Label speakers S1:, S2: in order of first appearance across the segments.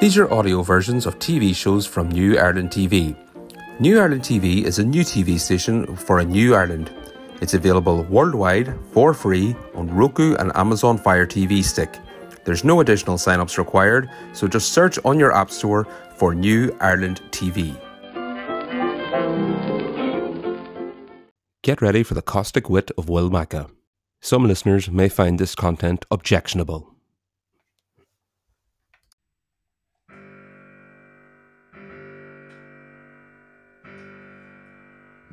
S1: These are audio versions of TV shows from New Ireland TV. New Ireland TV is a new TV station for a new Ireland. It's available worldwide for free on Roku and Amazon Fire TV Stick. There's no additional sign-ups required, so just search on your app store for New Ireland TV. Get ready for the caustic wit of Will Macca. Some listeners may find this content objectionable.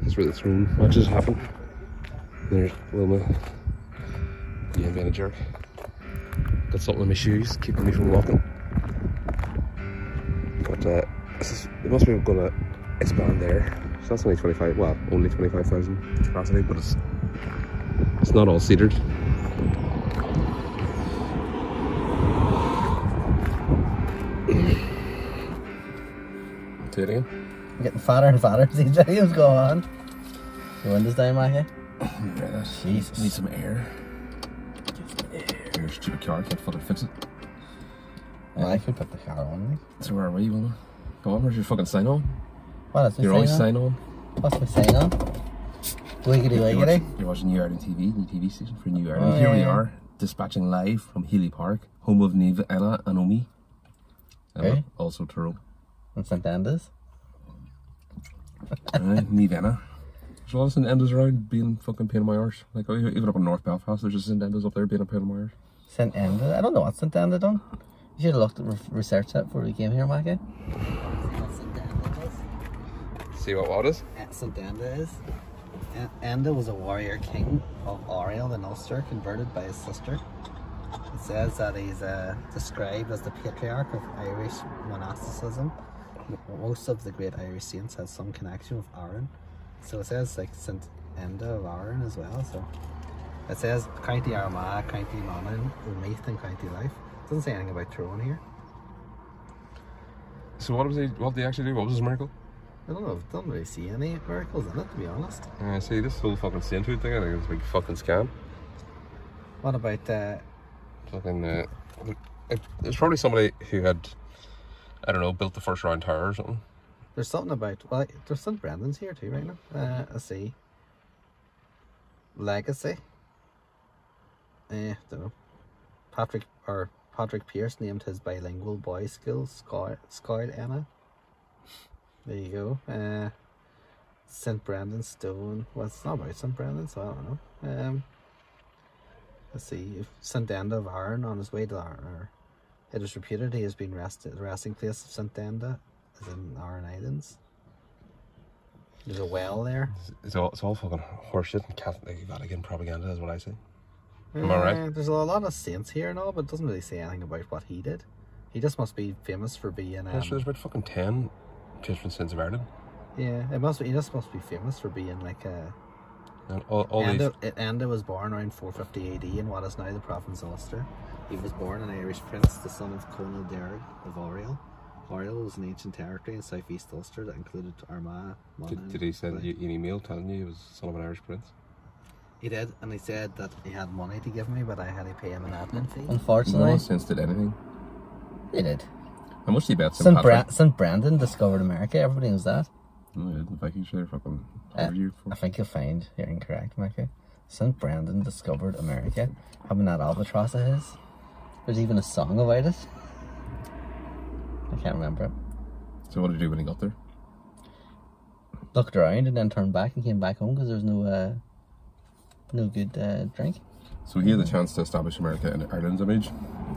S1: That's where the throne matches happen. There's Wilma. Yeah, I'm being a jerk. Got something in my shoes, keeping me from walking. But uh, this is, it must be gonna expand there. So that's only 25, well, only 25,000 capacity, but it's it's not all seated. Do it again.
S2: We're getting fatter and fatter, CJ. What's going on? The window's down, Mackie.
S1: Jeez, need some air. Your stupid car can't fucking fix it.
S2: Well, I could put the car on.
S1: So where are we, Wilma? Come on, where's your fucking sign on?
S2: What is my
S1: Your always
S2: sign on?
S1: sign on.
S2: What's my sign on? Wiggity
S1: You're
S2: wiggity.
S1: watching, you're watching New Ireland TV, new TV station for New Ireland.
S2: Oh,
S1: Here
S2: yeah,
S1: we
S2: yeah.
S1: are, dispatching live from Healy Park, home of Neva, Anna, and Omi. Anna,
S2: Okay.
S1: also Tyrone.
S2: And St. Andrews.
S1: Aye, Neve Anna. There's a lot of St. Endos around being fucking pain in my arse. Like, oh, even up in North Belfast, there's just St. Endos up there being a pain in my arse.
S2: St. Andrews. I don't know what St. Andrews done. You should have looked at re- research that before we came here, Mackie.
S1: See what what is?
S2: St. Andrews. Enda was a warrior king of Oriel in Ulster, converted by his sister. It says that he's uh, described as the patriarch of Irish monasticism. Most of the great Irish saints had some connection with Aaron. So it says like St. Enda of Aaron as well. So it says County Armagh, County Monaghan, Meath, and County Life. It doesn't say anything about Tyrone here.
S1: So what was he, what did he actually do? What was his miracle?
S2: I don't know, I don't really see any miracles in it to be honest.
S1: Uh, see, this whole fucking sainthood thing, I think it's a big fucking scam.
S2: What about uh,
S1: Fucking, uh, it, it's probably somebody who had, I don't know, built the first round tower or something.
S2: There's something about well, like, there's St. Brendan's here too right now. Uh, I see. Legacy. Eh, don't know. Patrick or Patrick Pierce named his bilingual boy school Scoil Scoil Emma. There you go. Uh, St. Brendan's Stone. Well, it's not about St. Brendan, so I don't know. Um, let's see. If St. Enda of Iron on his way to Iron, it is reputed he has been rested. The resting place of St. Enda is in Iron Islands. There's a well there.
S1: It's all, it's all fucking horseshit and Catholic Vatican propaganda is what I say. Am I right?
S2: Uh, There's a lot of saints here and all, but it doesn't really say anything about what he did. He just must be famous for being.
S1: Yeah, so
S2: Um,
S1: there's about fucking 10 patron saints of Ireland.
S2: yeah, it must. Be, he just must be famous for being like a.
S1: And all, all these,
S2: Enda, Enda was born around 450 AD in what is now the province of Ulster. He was born an Irish prince, the son of Conal Derg of Oriel. Oriel was an ancient territory in southeast Ulster that included Armagh. Monaghan,
S1: did, did he send
S2: Clare.
S1: you an email telling you he was the son of an Irish prince?
S2: He did, and he said that he had money to give me, but I had to pay him an admin fee.
S3: Unfortunately,
S1: since did anything.
S3: they did.
S1: How much did he bet
S3: St. Bra- St. Brandon discovered America. Everybody knows that.
S1: No, Oh, yeah, the Vikings should have fucking
S3: Uh,
S1: covered you for.
S3: I think you'll find you're incorrect, Michael. St. Brandon discovered America. Having that albatross of his. There's even a song about it. I can't remember it.
S1: So what did he do when he got there?
S3: Looked around and then turned back and came back home because there was no uh, no good uh, drink.
S1: So he had the chance to establish America in Ireland's image,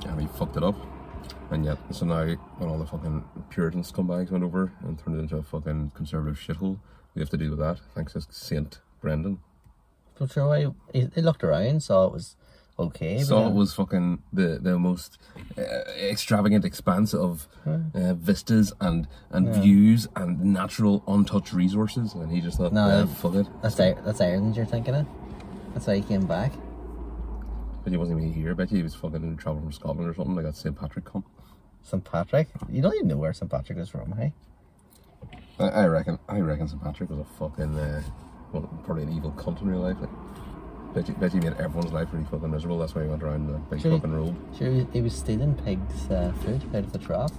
S1: and he fucked it up. And yet, so now when all the fucking Puritan scumbags went over and turned it into a fucking conservative shithole, we have to deal with that thanks to Saint Brendan.
S3: But sure, why he, he looked around, saw it was okay. but
S1: So it
S3: then-
S1: was fucking the the most uh, extravagant expanse of uh, vistas and and views and natural untouched resources, and he just thought,
S3: No,
S1: "Eh,
S3: that-
S1: fuck it.
S3: That's, Ir- that's Ireland you're thinking of. That's why he came back.
S1: But he wasn't even here. I bet you he was fucking traveling from Scotland or something like that. Saint Patrick come.
S3: St. Patrick. You don't even know where St. Patrick is from, hey?
S1: I, I reckon. I reckon St Patrick was a fucking uh, well, probably an evil cunt in real life. Like, bet you, bet you made everyone's life really fucking miserable. That's why he went around in a big
S3: Sure.
S1: fucking robe.
S3: Sure, he was- he was stealing pigs' uh, food out of the trough.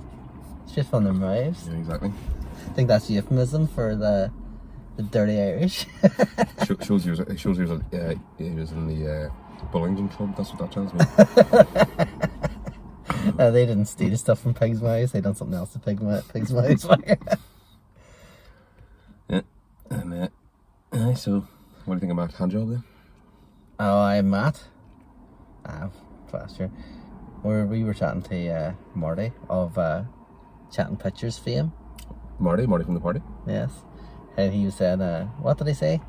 S2: Shit on them raves.
S1: Yeah, exactly.
S2: I think that's euphemism for the the dirty Irish.
S1: Sho- shows he was. It shows he was. Uh, he was in the uh, Bullingdon Club. That's what that tells me.
S2: Uh, they didn't steal stuff from pigs' mouths. They done something else to pig mou- pigs' mouths.
S3: Oh,
S1: yeah. And uh, aye, so what do you think about handjob then?
S2: oh, I'm Matt. Ah, faster. Where we were chatting to uh, Marty of uh, Chatting Pictures fame.
S1: Marty, Marty from the party.
S2: Yes, and he was saying, uh, what did he say?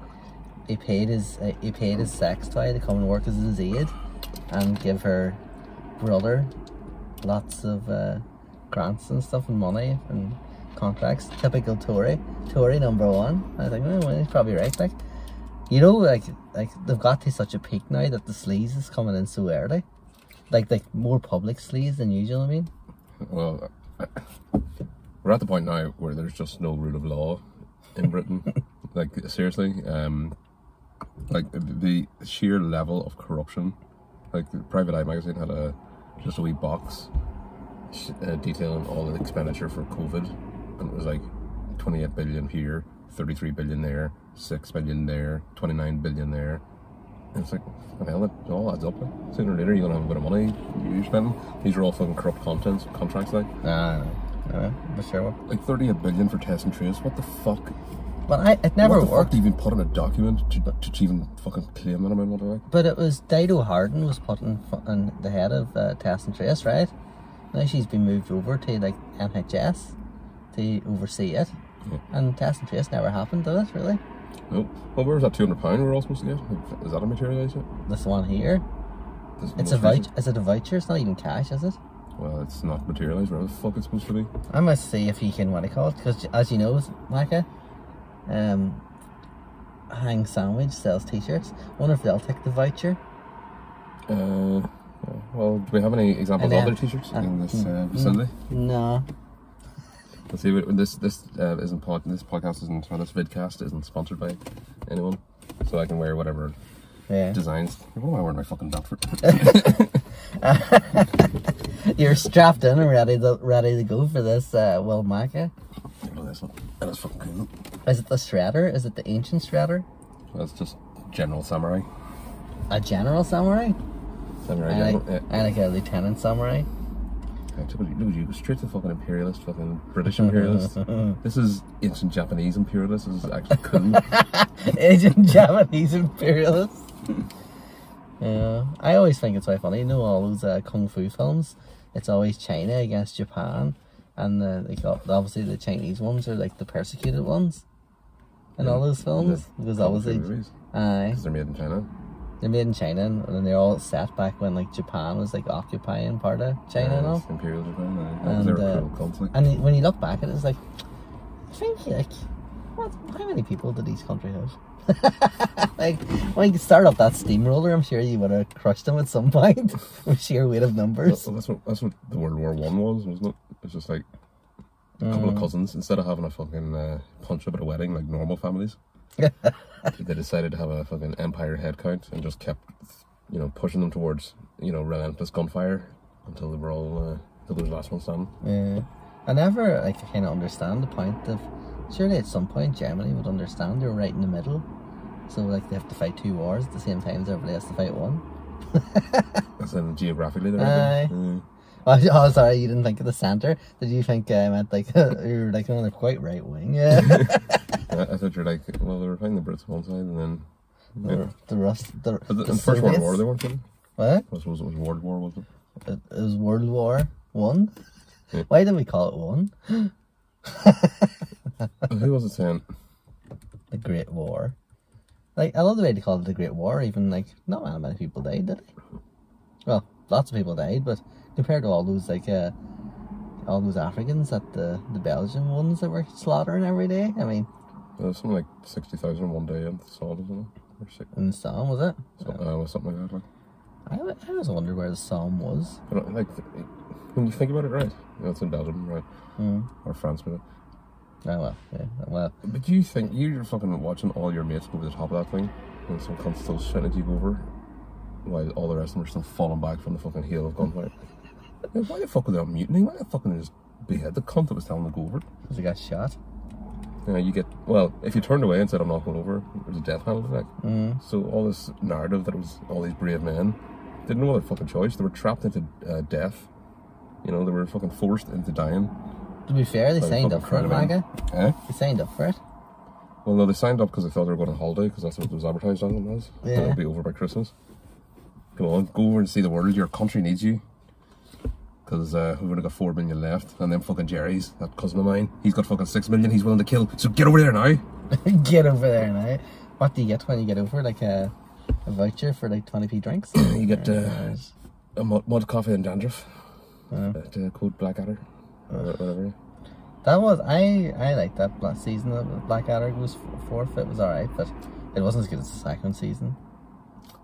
S2: He paid his uh, he paid his sex toy to come and work as his aide, and give her brother lots of uh, grants and stuff and money and contracts. Typical Tory, Tory number one. I think well, well, he's probably right. Like, you know, like like they've got to such a peak now that the sleaze is coming in so early, like like more public sleaze than usual. I mean,
S1: Well, uh, we're at the point now where there's just no rule of law in Britain. like seriously, um, like the the sheer level of corruption. Like the Private Eye magazine had a just a wee box sh- uh, detailing all the expenditure for COVID, and it was like 28 billion here, 33 billion there, 6 billion there, 29 billion there. And it's like, fucking hell, that all adds up. like. Sooner or later, you're gonna have a bit of money you're spending. These are all fucking corrupt contents, contracts, like
S2: nah, no, for sure.
S1: like 38 billion for test and trace. What the fuck?
S2: But I it never
S1: what the
S2: worked.
S1: fuck do you even put in a document to, to even fucking claim that amount of like?
S2: But it was Dido Harden was put in, fu- in the head of uh, Test and Trace, right? Now she's been moved over to like NHS to oversee it,
S1: Yeah.
S2: and Test and Trace never happened, did it? Really?
S1: Nope. Well, where was that 200 pound we were all supposed to get? Is that a materialised yet?
S2: This one here,
S1: This
S2: it's
S1: most
S2: a voucher.
S1: recent-
S2: Is it a voucher? It's not even cash, is it?
S1: Well, it's not materialized. Where the fuck it's supposed to be?
S2: I must see if he can what do you call it? Because as you know, Micah, um, Hang Sandwich sells T-shirts. Wonder if they'll take the voucher.
S1: Uh, yeah. well, do we have any examples
S2: And
S1: of other
S2: then-
S1: t-shirts
S2: uh,
S1: in this
S2: mm,
S1: uh, vicinity?
S2: No,
S1: Let's see. what- This this uh, isn't pod. This podcast isn't. Well, this vidcast isn't sponsored by anyone, so I can wear whatever
S2: yeah.
S1: designs. What am I wearing? My fucking Bamford.
S2: You're strapped in and ready to ready to go for this, uh, Will Micah.
S1: this one. That is fucking cool.
S2: Is it the Shredder? Is it the ancient Shredder?
S1: That's just general samurai.
S2: A general samurai?
S1: Samurai
S2: And
S1: general. uh,
S2: like,
S1: yeah.
S2: and like a lieutenant samurai?
S1: I took you, look at you, go straight to fucking imperialist, fucking British imperialist. this is ancient Japanese imperialist. This is actually cool.
S2: Ancient Japanese imperialist? yeah. I always think it's very funny. You know all those uh, kung fu films? It's always China against Japan. And uh, they got, obviously the Chinese ones are like the persecuted ones. In all those films.
S1: Kung
S2: Because
S1: Fu
S2: obviously...
S1: movies.
S2: Aye.
S1: Because they're made in China.
S2: They're made in China, and then they're all set back when like Japan was like occupying part of China and all.
S1: Yes, Imperial Japan. aye. That was their
S2: And, uh,
S1: cruel cult, like.
S2: And when you look back at it, it's like, I think like, what? How many people did each country have? like, when you start up that steamroller, I'm sure you would have crushed them at some point with sheer weight of
S1: Well,
S2: numbers.
S1: that's what that's what the World War One was, wasn't it? It was just like a couple
S2: Uh.
S1: of cousins instead of having a fucking uh, punch up at a wedding like normal families. they decided to have a fucking empire headcount and just kept, you know, pushing them towards you know relentless gunfire until they were all uh, until there was the last one standing.
S2: Yeah. Uh, I never like kind of understand the point of. Surely at some point Germany would understand they're right in the middle, so like they have to fight two wars at the same time as everybody has to fight one.
S1: As in geographically, they're
S2: Aye.
S1: right.
S2: Oh, sh- oh, sorry, you didn't think of the center. Did you think uh, I meant like you're like on the quite right wing? Yeah,
S1: I, I thought you're like, well, they were fighting the Brits on one side, and then
S2: the, the rust. The,
S1: but the,
S2: the
S1: in the First World
S2: Soviets.
S1: War they weren't fighting.
S2: What?
S1: I suppose it was World War, wasn't it?
S2: It, it was World War One. Why did we call it one?
S1: Uh, Who was it saying?
S2: The Great War. Like I love the way they called it the Great War. Even like not that many people died, did they? Well, lots of people died, but compared to all those like uh, all those Africans that the the Belgian ones that were slaughtering every day. I mean,
S1: There was something like sixty thousand one day in the solid, wasn't it? Or six,
S2: in the Somme was it?
S1: so, uh, or something like that. Like.
S2: I, wa- I always wondered where the Somme was.
S1: I don't, like when you think about it, right? You know, it's in Belgium, right?
S2: Mm.
S1: Or France, maybe.
S2: Oh well, yeah, well,
S1: But you think you're fucking watching all your mates go over the top of that thing, and some cunt's still shouting at you over, while all the rest of them are still falling back from the fucking heel of gunfire. Like, Why the fuck were they on mutiny? Why the fuck didn't they just behead the cunt that was telling them to go over it.
S2: Because he got shot.
S1: You know, you get well if you turned away and said I'm not going over, there's a death penalty. Like, so all this narrative that it was all these brave men didn't know other fucking choice. They were trapped into uh, death. You know, they were fucking forced into dying.
S2: To be fair, they
S1: by the
S2: signed
S1: fucking
S2: up for it,
S1: Crown.
S2: Maga.
S1: Eh?
S2: They signed up for it.
S1: Well, no, they signed up because they thought they were going on holiday because that's what it was advertised on them as. That
S2: Yeah.
S1: It'll be over by Christmas. Come on, go over and see the world. Your country needs you. Because uh, we've only got four million left, and then fucking Jerry's that cousin of mine. He's got fucking six million. He's willing to kill. So get over there now.
S2: get over there now. What do you get when you get over? Like a, a voucher for like 20p drinks?
S1: You get uh, a mud, mud coffee and dandruff. At uh, Code Blackadder. or whatever.
S2: That was I I liked that last season of Blackadder It was f- fourth. It was all right, but it wasn't as good as the second season.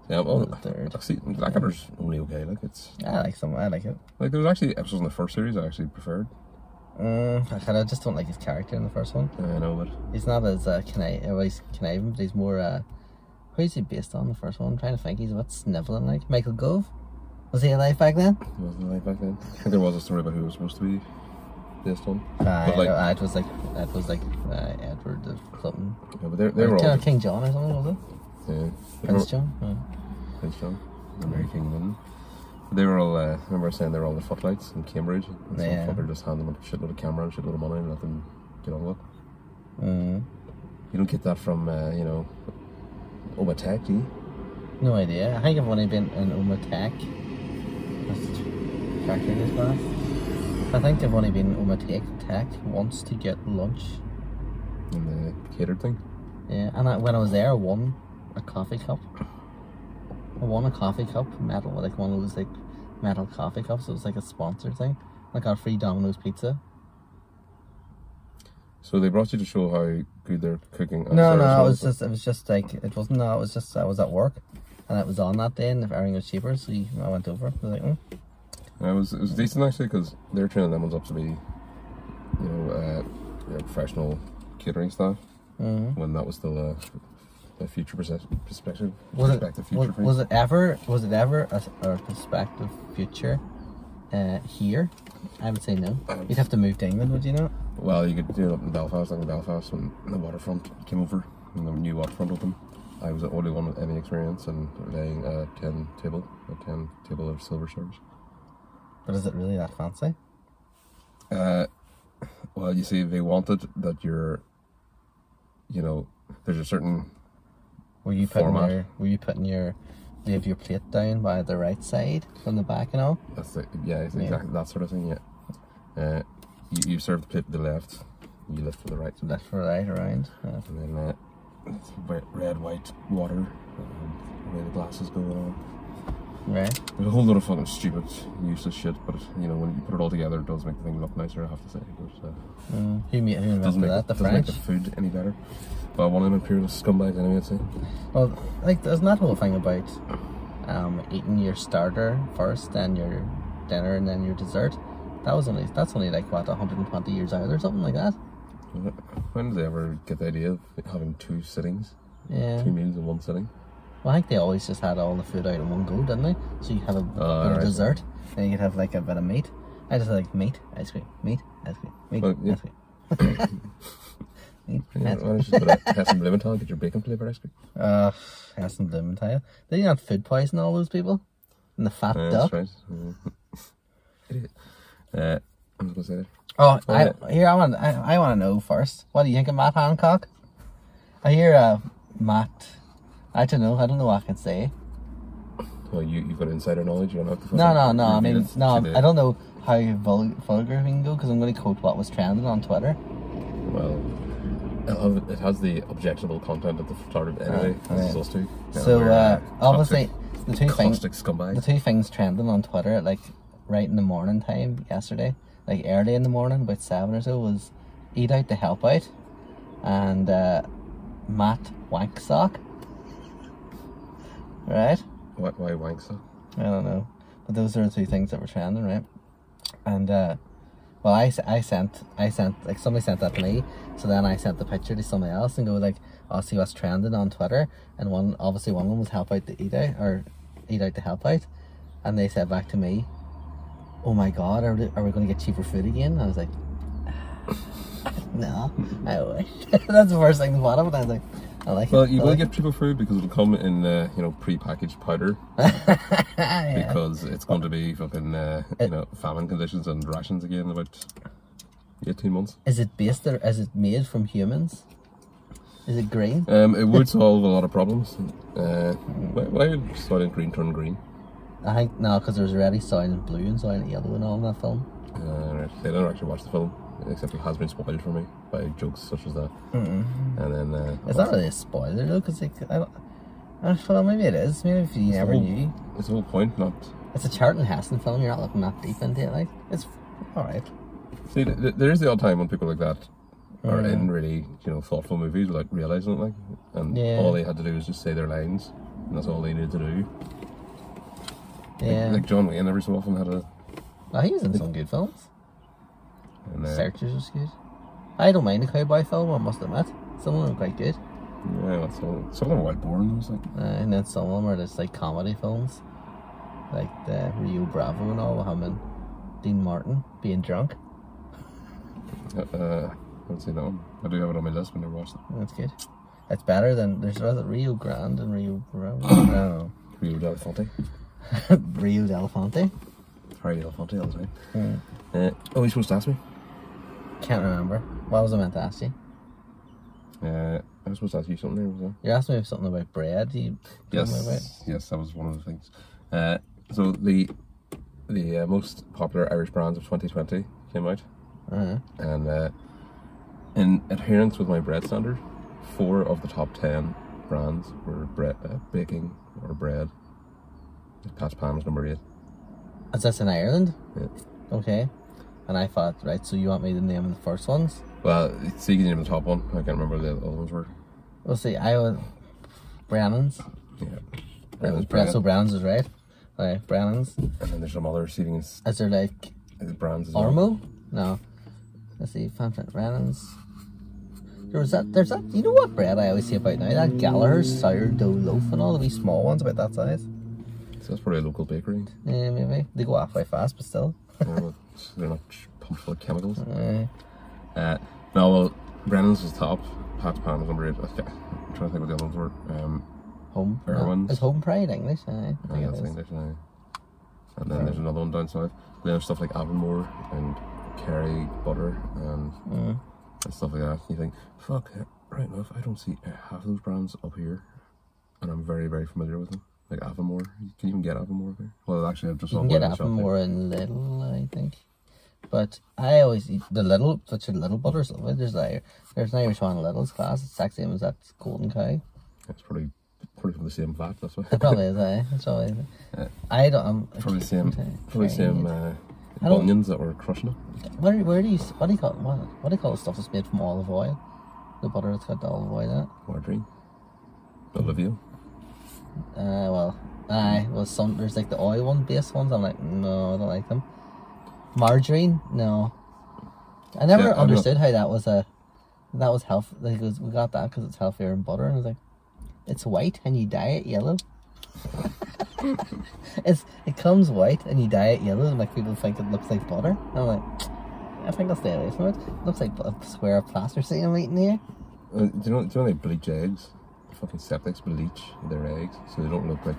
S1: Yeah, well,
S2: The third.
S1: actually, Blackadder's only okay. Like it's
S2: I like some. I like it.
S1: like there was actually episodes in the first series I actually preferred.
S2: Mm, I kinda just don't like his character in the first one.
S1: Uh, I know, but
S2: He's not as uh, conniving, well, he's conniving, but he's more. Uh, who's he based on the first one? I'm trying to think. He's a bit sniveling like Michael Gove. Was he alive back then?
S1: It wasn't like back then. I think there was a story about who was supposed to be this one.
S2: Uh,
S1: but like,
S2: no, uh, it was like that was like uh, Edward or something.
S1: yeah, but they, they
S2: Or
S1: were all.
S2: King,
S1: Yeah,
S2: King John or something was it?
S1: they were-
S2: Prince John. Yeah.
S1: Prince John, the Mary King of England. But They were all. Uh, I remember saying they were all the footlights in Cambridge. And some
S2: Yeah.
S1: fucker just hand them a shitload of camera and shitload of money and let them get on with. it.
S2: Mm.
S1: You don't get that from uh, you know, Oma Tech, do you?
S2: No idea. I think I've only been in Uma Tech. That's character this class. I think I've only been in Uma Tech Tech once to get lunch.
S1: And the catered thing.
S2: Yeah, and I, when I was there, I won a coffee cup. I won a coffee cup medal, like one of those like metal coffee cups. It was like a sponsored thing. I got free Domino's pizza.
S1: So they brought you to show how good their cooking. and
S2: No,
S1: service
S2: no, it was
S1: was.
S2: just, it was just like, it wasn't, no, it was just, I was at work and it was on that day and if everything was cheaper, so you- I went over. I was like, mm.
S1: Yeah, it was it was decent actually because they're training them ones up to be, you know, uh, you know, professional catering staff
S2: mm."
S1: when that was still a, a future perse- perspective.
S2: was
S1: perspective
S2: it,
S1: future
S2: was,
S1: thing.
S2: was it ever, was it ever a, a prospective future uh, here? I would say no. You'd have to move to England, would you not?
S1: Well, you could do it up in Belfast, like in Belfast when the waterfront came over and the new waterfront opened. I was the only one with any experience in laying a ten table, a ten table of silver service.
S2: But is it really that fancy?
S1: Uh, well, you see, they wanted that you're, you know, there's a certain
S2: Were you putting
S1: Format.
S2: your, were you putting your, leave your plate down by the right side from the back and all?
S1: That's the, yeah, it's exactly that sort of thing. Yeah, uh, you, you serve the pit to the left, you lift to the right,
S2: Left or right around? Yeah.
S1: and then uh, it's wet- red, white water, um, the way the glasses go on.
S2: Right.
S1: There's a whole lot of fucking stupid, useless shit. But you know, when you put it all together, it does make the thing look nicer. I have to say, but uh,
S2: Mm. Who, ma- who
S1: it
S2: invented
S1: doesn't make
S2: that?
S1: it,
S2: The
S1: doesn't
S2: French?
S1: make the food any better. But one of them imperial scumbags anyway. I'd say.
S2: Well, like there's that whole thing about um, eating your starter first, then your dinner, and then your dessert. That was only that's only like what 120 years out or something like that.
S1: When did they ever get the idea of having two sittings,
S2: Yeah.
S1: two meals in one sitting?
S2: Well, I think they always just had all the food out in one go, didn't they? So you have a bit
S1: Ah,
S2: of
S1: right.
S2: dessert, then you could have like a bit of meat. I just like meat, ice cream, meat, ice cream, meat,
S1: Well, yeah.
S2: ice cream. meat,
S1: Yeah,
S2: ice
S1: why don't you just put a Hess and Blumenthal, get your bacon flavored ice cream?
S2: Uh, that's some Blumenthal. They not food poison all those people, and the fat
S1: Yeah,
S2: duck.
S1: that's right. Idiot. Uh, I'm not gonna say that.
S2: Oh, I,
S1: Well,
S2: here I want. I, I want to know first. What do you think of Matt Hancock? I hear uh, Matt. I don't know. I don't know what I can say.
S1: Well, you you've got insider knowledge. You don't have to.
S2: No,
S1: fucking
S2: no, no. I
S1: reveal
S2: mean,
S1: it
S2: no.
S1: to the-
S2: I don't know how vul- vulgar we can go because I'm going to quote what was trending on Twitter.
S1: Well, it'll have- it has the objectionable content at the start of it anyway.
S2: Right,
S1: as
S2: right.
S1: us two. Yeah,
S2: so
S1: we're,
S2: uh, obviously,
S1: caustic-
S2: the two things.
S1: caustic scumbag.
S2: the two things trending on Twitter at like right in the morning time yesterday, like early in the morning, about seven or so, was eat out to help out, and uh, Matt Wanksock. Right,
S1: why, why wank so?
S2: I don't know, but those are the two things that were trending, right? And uh, well, I, s- I sent I sent like somebody sent that to me, so then I sent the picture to somebody else and go like, I'll see what's trending on Twitter, and one obviously one of them was help out to eat out or eat out to help out, and they said back to me, oh my god, are, we- are we going to get cheaper food again? And I was like, no, I wish. That's the first thing that thought of, and I was like, I like
S1: Well,
S2: it.
S1: you
S2: I
S1: will
S2: like
S1: get cheaper food because it'll come in, uh, you know, pre-packaged powder because it's going to be fucking, uh, you know, famine conditions and rations again in about eighteen months.
S2: Is it based or is it made from humans? Is it green?
S1: Um, it would solve a lot of problems. Uh, why, why would Soylent Green turn green?
S2: I think no, because there's already soylent blue and soylent yellow and all in that film.
S1: Uh, right. I don't actually watch the film, except it has been spoiled for me by jokes such as that. And then uh,
S2: It's not really a spoiler though, because like I don't. I don't know, maybe it is. Maybe if you
S1: the
S2: never
S1: whole-
S2: knew.
S1: It's the whole point. Not
S2: It's a Charlton Heston film. You're not looking that deep into it. Like it's all right.
S1: see, th- th- there is the odd time when people like that
S2: Oh,
S1: are in really you know thoughtful movies without realizing it. Like, and
S2: Yeah.
S1: all they had to do was just say their lines, and that's all they needed to do.
S2: Yeah.
S1: Like John Wayne, every so often had a.
S2: oh, he was in some good films.
S1: And, uh,
S2: Searchers was good. I don't mind the cowboy film. I must admit, some of them are quite good,
S1: yeah, well, so some of them were born. Was like,
S2: uh, and then some of them are just like comedy films, like the Rio Bravo and all with him and Dean Martin being drunk.
S1: uh, uh, I haven't seen that one. I do have it on my list when I watched it.
S2: That's good. That's better than there's rather Rio Grande and Rio Bravo. no.
S1: Rio Del Fonte.
S2: Rio Delphante.
S1: Harry Del Fonte, that was right.
S2: Hmm.
S1: Uh, oh, you're supposed to ask me?
S2: Can't remember. What was I meant to ask you?
S1: Uh, I was supposed to ask you something there, was I?
S2: You asked me something about bread. You told me about.
S1: Yes, yes, that was one of the things. Uh, so the the uh, most popular Irish brands of 2020 came out,
S2: Uh-huh.
S1: and uh, in adherence with my bread standard, four of the top ten brands were bread, uh, baking or bread. Patch Palm's number eight.
S2: Is this in Ireland?
S1: Yeah.
S2: Okay. And I thought, right, so you want me to name the first ones?
S1: Well, see, you can name the top one. I can't remember the other ones were.
S2: Well, see, I was. Brennan's.
S1: Yeah,
S2: That was
S1: Brennan's bread.
S2: So Brennan's is right. Right, Brennan's.
S1: and then there's some other seating s-
S2: Is there like
S1: brands as well.
S2: Ormo? No. Let's see, Fanfan Brennan's. There was that, there's that, you know what bread I always see about now? That Gallagher's sourdough loaf and all the wee small ones about that size.
S1: So that's probably a local bakery.
S2: Yeah, maybe. They go halfway fast, but still. Eh,
S1: They're not, they're not pumped full of chemicals. Uh, no, well, Brennan's was top. Pat's Pan was number eight. I thi- I'm trying to think what the other ones were. Um,
S2: Home.
S1: Irwin's.
S2: It's home pride English, eh? aye.
S1: I
S2: I think it
S1: don't
S2: is.
S1: think there's any. And then there's another one down south. Then there's stuff like Avonmore and Kerry butter and, and stuff like that. You think, fuck, uh, right enough, I don't see uh, half of those brands up here. And I'm very, very familiar with them. Like Avonmore. You can even get Avonmore up here. Well, actually, I've just
S2: You
S1: saw
S2: can
S1: one
S2: get
S1: in the shop here.
S2: Avonmore in Little, I think. But I always eat the little, such a little butter something. There's like, there's an Irish one in Little's class. It's actually same as that Golden Cow.
S1: It's probably, probably from the same vat, that's why.
S2: It probably is. I. It's always. I don't. I'm,
S1: Probably the same,
S2: Okay,
S1: probably the
S2: very
S1: same
S2: good.
S1: uh,
S2: I don't-
S1: bunions that were crushing it.
S2: Where, where do you? What do you call? What, what do you call the stuff that's made from olive oil? The butter that's got the olive oil in it.
S1: Margarine. Olivia.
S2: Uh, well, aye, well, some there's like the oil one based ones. I'm like, no, I don't like them. Margarine, no. I never
S1: Yeah, I'm not-
S2: understood how that was a that was health. Like it was, we got that because it's healthier than butter, and I was like, it's white and you dye it yellow. it's it comes white and you dye it yellow, and like people think it looks like butter. And I'm like, I think I'll stay away from it. looks like a square of plasticine I'm eating here.
S1: Uh, do you know? Do you know they bleach eggs? Fucking septics bleach their eggs, so they don't look like,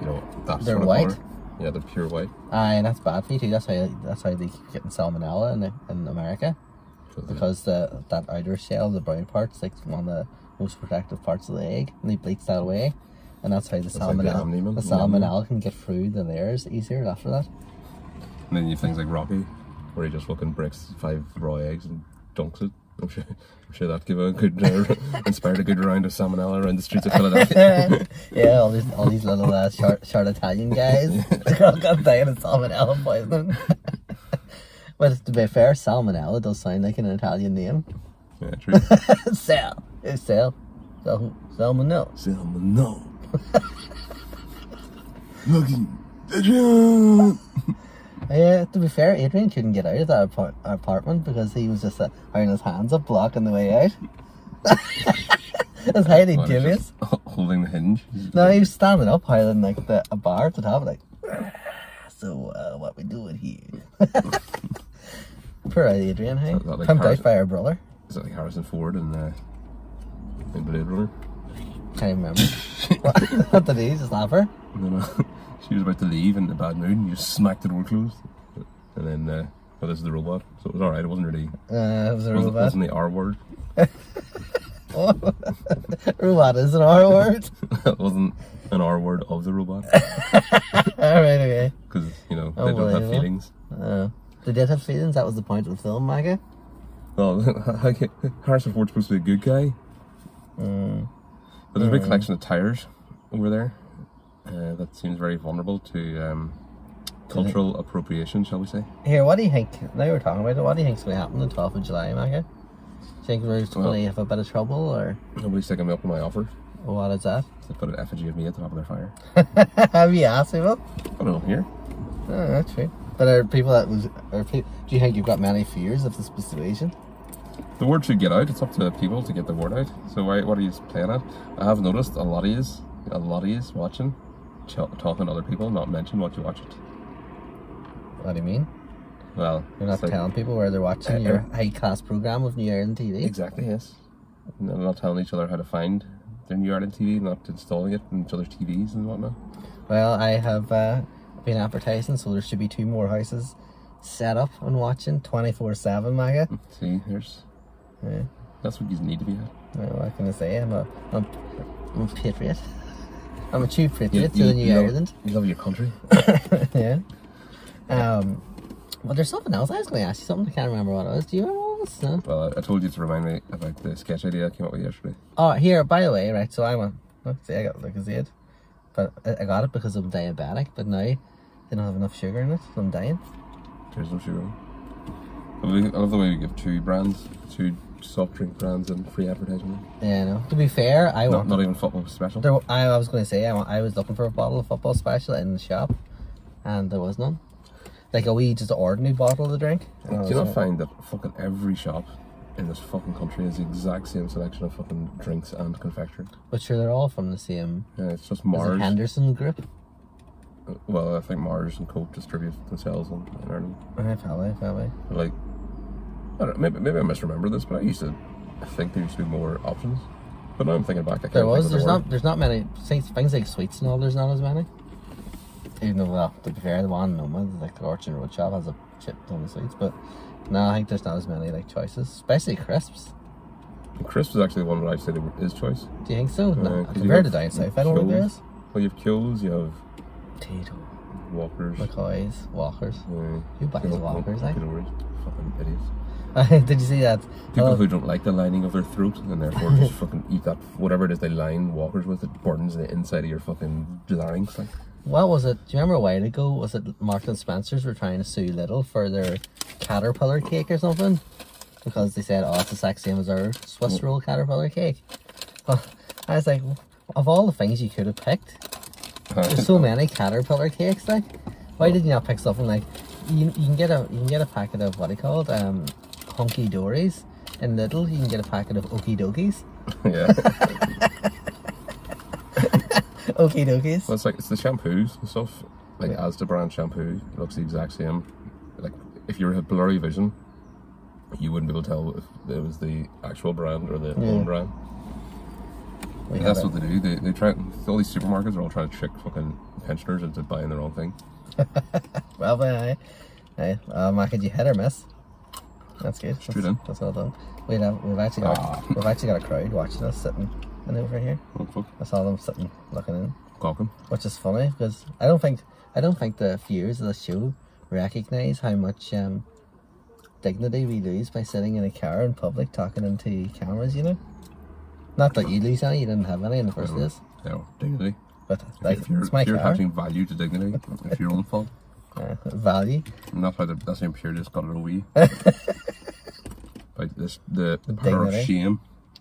S1: you know, that
S2: They're
S1: sort of
S2: white?
S1: Color. Yeah, they're pure white.
S2: Aye, and that's bad for you too. That's how that's how they keep getting salmonella in in America. because the that outer shell, the brown part's like one of the most protective parts of the egg, and they bleach that away, and that's how the
S1: like the
S2: salmonella
S1: amnion,
S2: the
S1: the
S2: salmonella can get through the layers easier after that.
S1: and then you have things like Rocky, where he just fucking breaks five raw eggs and dunks it. I'm sure, I'm sure that gave a good, uh, inspired a good round of salmonella around the streets of Philadelphia.
S2: Yeah, all these all these little uh, short short Italian guys, they're all got dying of salmonella poisoning. but to be fair, salmonella does sound like an Italian name.
S1: yeah, true.
S2: Sal, it's sal, sal, salmonella.
S1: Salmonella. Looking.
S2: Yeah, Eh, to be fair, Adrian couldn't get out of that apart- apartment because he was just uh, holding his hands up, blocking the way out. That's highly
S1: Well, he's
S2: dubious.
S1: just Holding the hinge.
S2: No, he was standing up, holding like the, a bar at the top, like So, uh, what we doing here? Poor Adrian, hey?
S1: that like
S2: Pumped
S1: Harris-
S2: out by her brother.
S1: Is that like Harrison Ford and uh, in Blade Runner?
S2: Can't even remember. what, what did he just laugh her?
S1: And then uh, she was about to leave in a bad mood and you just smacked the door closed. And then, uh, well, this is the robot. So it was alright, it wasn't really.
S2: Uh, it was a
S1: It wasn't,
S2: robot.
S1: wasn't the R word.
S2: Robot is an R word.
S1: it wasn't an R word of the robot.
S2: All right, okay.
S1: Because, you know, they don't have
S2: Unbelievable.
S1: feelings.
S2: Uh, they did have feelings. That was the point of the film, Maggie.
S1: No, okay, Harrison Ford's supposed to be a good guy. But there's a big collection of tires over there uh, that seems very vulnerable to um, cultural appropriation, shall we say?
S2: Here, what do you think? Now we're talking about it. What do you think's going to happen on 12th of July, Maggie? Do you think we're just
S1: Well-
S2: going to have a bit of trouble, or
S1: Nobody's taking me up on my offer.
S2: what is that?
S1: They put an effigy of me at the top of their fire.
S2: have you asked people?
S1: I don't know, here.
S2: Oh, that's true. But are people that was are pe- do you think you've got many fears of this situation?
S1: The word should get out. It's up to people to get the word out. So why, what are you playing at? I have noticed a lot of yous, a lot of yous watching, ch- talking to other people, not mention what you watch it.
S2: What do you mean?
S1: Well,
S2: You're not
S1: it's like-
S2: telling people where they're watching your high class program of New Ireland TV.
S1: Exactly, yes. And they're not telling each other how to find their new Ireland TV, not installing it on each other's TVs and whatnot.
S2: Well, I have uh, been advertising, so there should be two more houses set up and watching 24 7, Maggie.
S1: See, there's.
S2: eh? Yeah.
S1: That's what you need to be at.
S2: Well, what can I say? I'm a, I'm, I'm a patriot. I'm a true
S1: You-
S2: patriot
S1: you-
S2: to the New
S1: you love-
S2: Ireland.
S1: You love your country.
S2: yeah. Um, well, there's something else I was going to ask you, something I can't remember what it was. Do you remember what it was? No?
S1: well, I, I told you to remind me about the sketch idea I came up with yesterday.
S2: Oh, here, by the way, right, so I'm a, look, see, I got Lucozade, but I I got it because I'm diabetic, but now they don't have enough sugar in it, so I'm dying.
S1: There's no sugar. I love- I love the way we give two brands, two soft drink brands, and free advertisement.
S2: Yeah, no. To be fair, I
S1: Not,
S2: want,
S1: not even football special.
S2: there, I, I was going to say, I, wa- I was looking for a bottle of football special in the shop, and there was none. Like a wee, just ordinary bottle to drink. and I
S1: Do
S2: was
S1: you
S2: like,
S1: not find that fucking every shop in this fucking country has the exact same selection of fucking drinks and confectionery?
S2: But sure, they're all from the same.
S1: Yeah, it's just
S2: Is it
S1: Mars. Uh,
S2: Henderson Group?
S1: Well, I think Mars and Coke distribute themselves in, in Ireland.
S2: I probably, probably.
S1: But like, I don't know, maybe, maybe I misremember this, but I used to think there used to be more options. But now I'm thinking back, I can't
S2: There
S1: think
S2: was.
S1: of
S2: There's
S1: the word.
S2: not. There's not many things. Things like sweets and all. There's not as many. Even though, well, to be fair, the one in Noma, like the Orchard Road shop, has a chip ton of sweets. But no, I think there's not as many like choices, especially crisps.
S1: And Crisp is actually the one that I said is choice.
S2: Do you think so?
S1: Uh,
S2: No,
S1: 'cause you
S2: compared to
S1: have
S2: down south, I don't think there
S1: Kyo's.
S2: is.
S1: Well, you have Kyo's, you have
S2: Tato,
S1: Walkers.
S2: McCoy's, Walkers.
S1: uh,
S2: Who buys
S1: Kyo-
S2: Walkers, eh?
S1: Kyo's. Fucking idiots.
S2: Did you see that?
S1: People
S2: Oh,
S1: who don't like the lining of their throat and therefore just fucking eat that whatever it is they line walkers with, it burns the inside of your fucking larynx. Like,
S2: what was it? Do you remember a while ago? Was it Marks and Spencers were trying to sue Little for their caterpillar cake or something? Because they said, oh, it's the exact same as our Swiss roll caterpillar cake. Well, I was like, of all the things you could have picked, there's so many caterpillar cakes. Like, why did you not pick something like you, you can get a you can get a packet of what are they called um, hunky dories, and Little you can get a packet of okie dokies.
S1: yeah.
S2: Okie dokies.
S1: Well, it's like it's the shampoos and stuff. Like Asda brand shampoo it looks the exact same. Like if you had blurry vision, you wouldn't be able to tell if it was the actual brand or the own brand.
S2: We
S1: that's
S2: had a-
S1: what they do. They they try. All these supermarkets are all trying to trick fucking pensioners into buying the wrong thing.
S2: Well, aye. Aye. Uh, Mark, did you hit or miss? That's good.
S1: Straight
S2: that's,
S1: in.
S2: that's well done. We've, we've actually got
S1: Ah.
S2: we've actually got a crowd watching us sitting in over here.
S1: Oh fuck,
S2: I saw them sitting looking in,
S1: Cochran.
S2: which is funny because I don't think I don't think the viewers of the show recognise how much um, dignity we lose by sitting in a car in public talking into cameras. You know, not that you lose any, you didn't have any in the first place,
S1: Yeah, dignity.
S2: but like,
S1: if you're,
S2: it's my
S1: if you're
S2: car.
S1: attaching value to dignity, it's your own fault.
S2: Uh, value.
S1: And that's why the, that's the imperialist got it away. like this, the, the power of
S2: Dignity. Uh-huh.
S1: shame.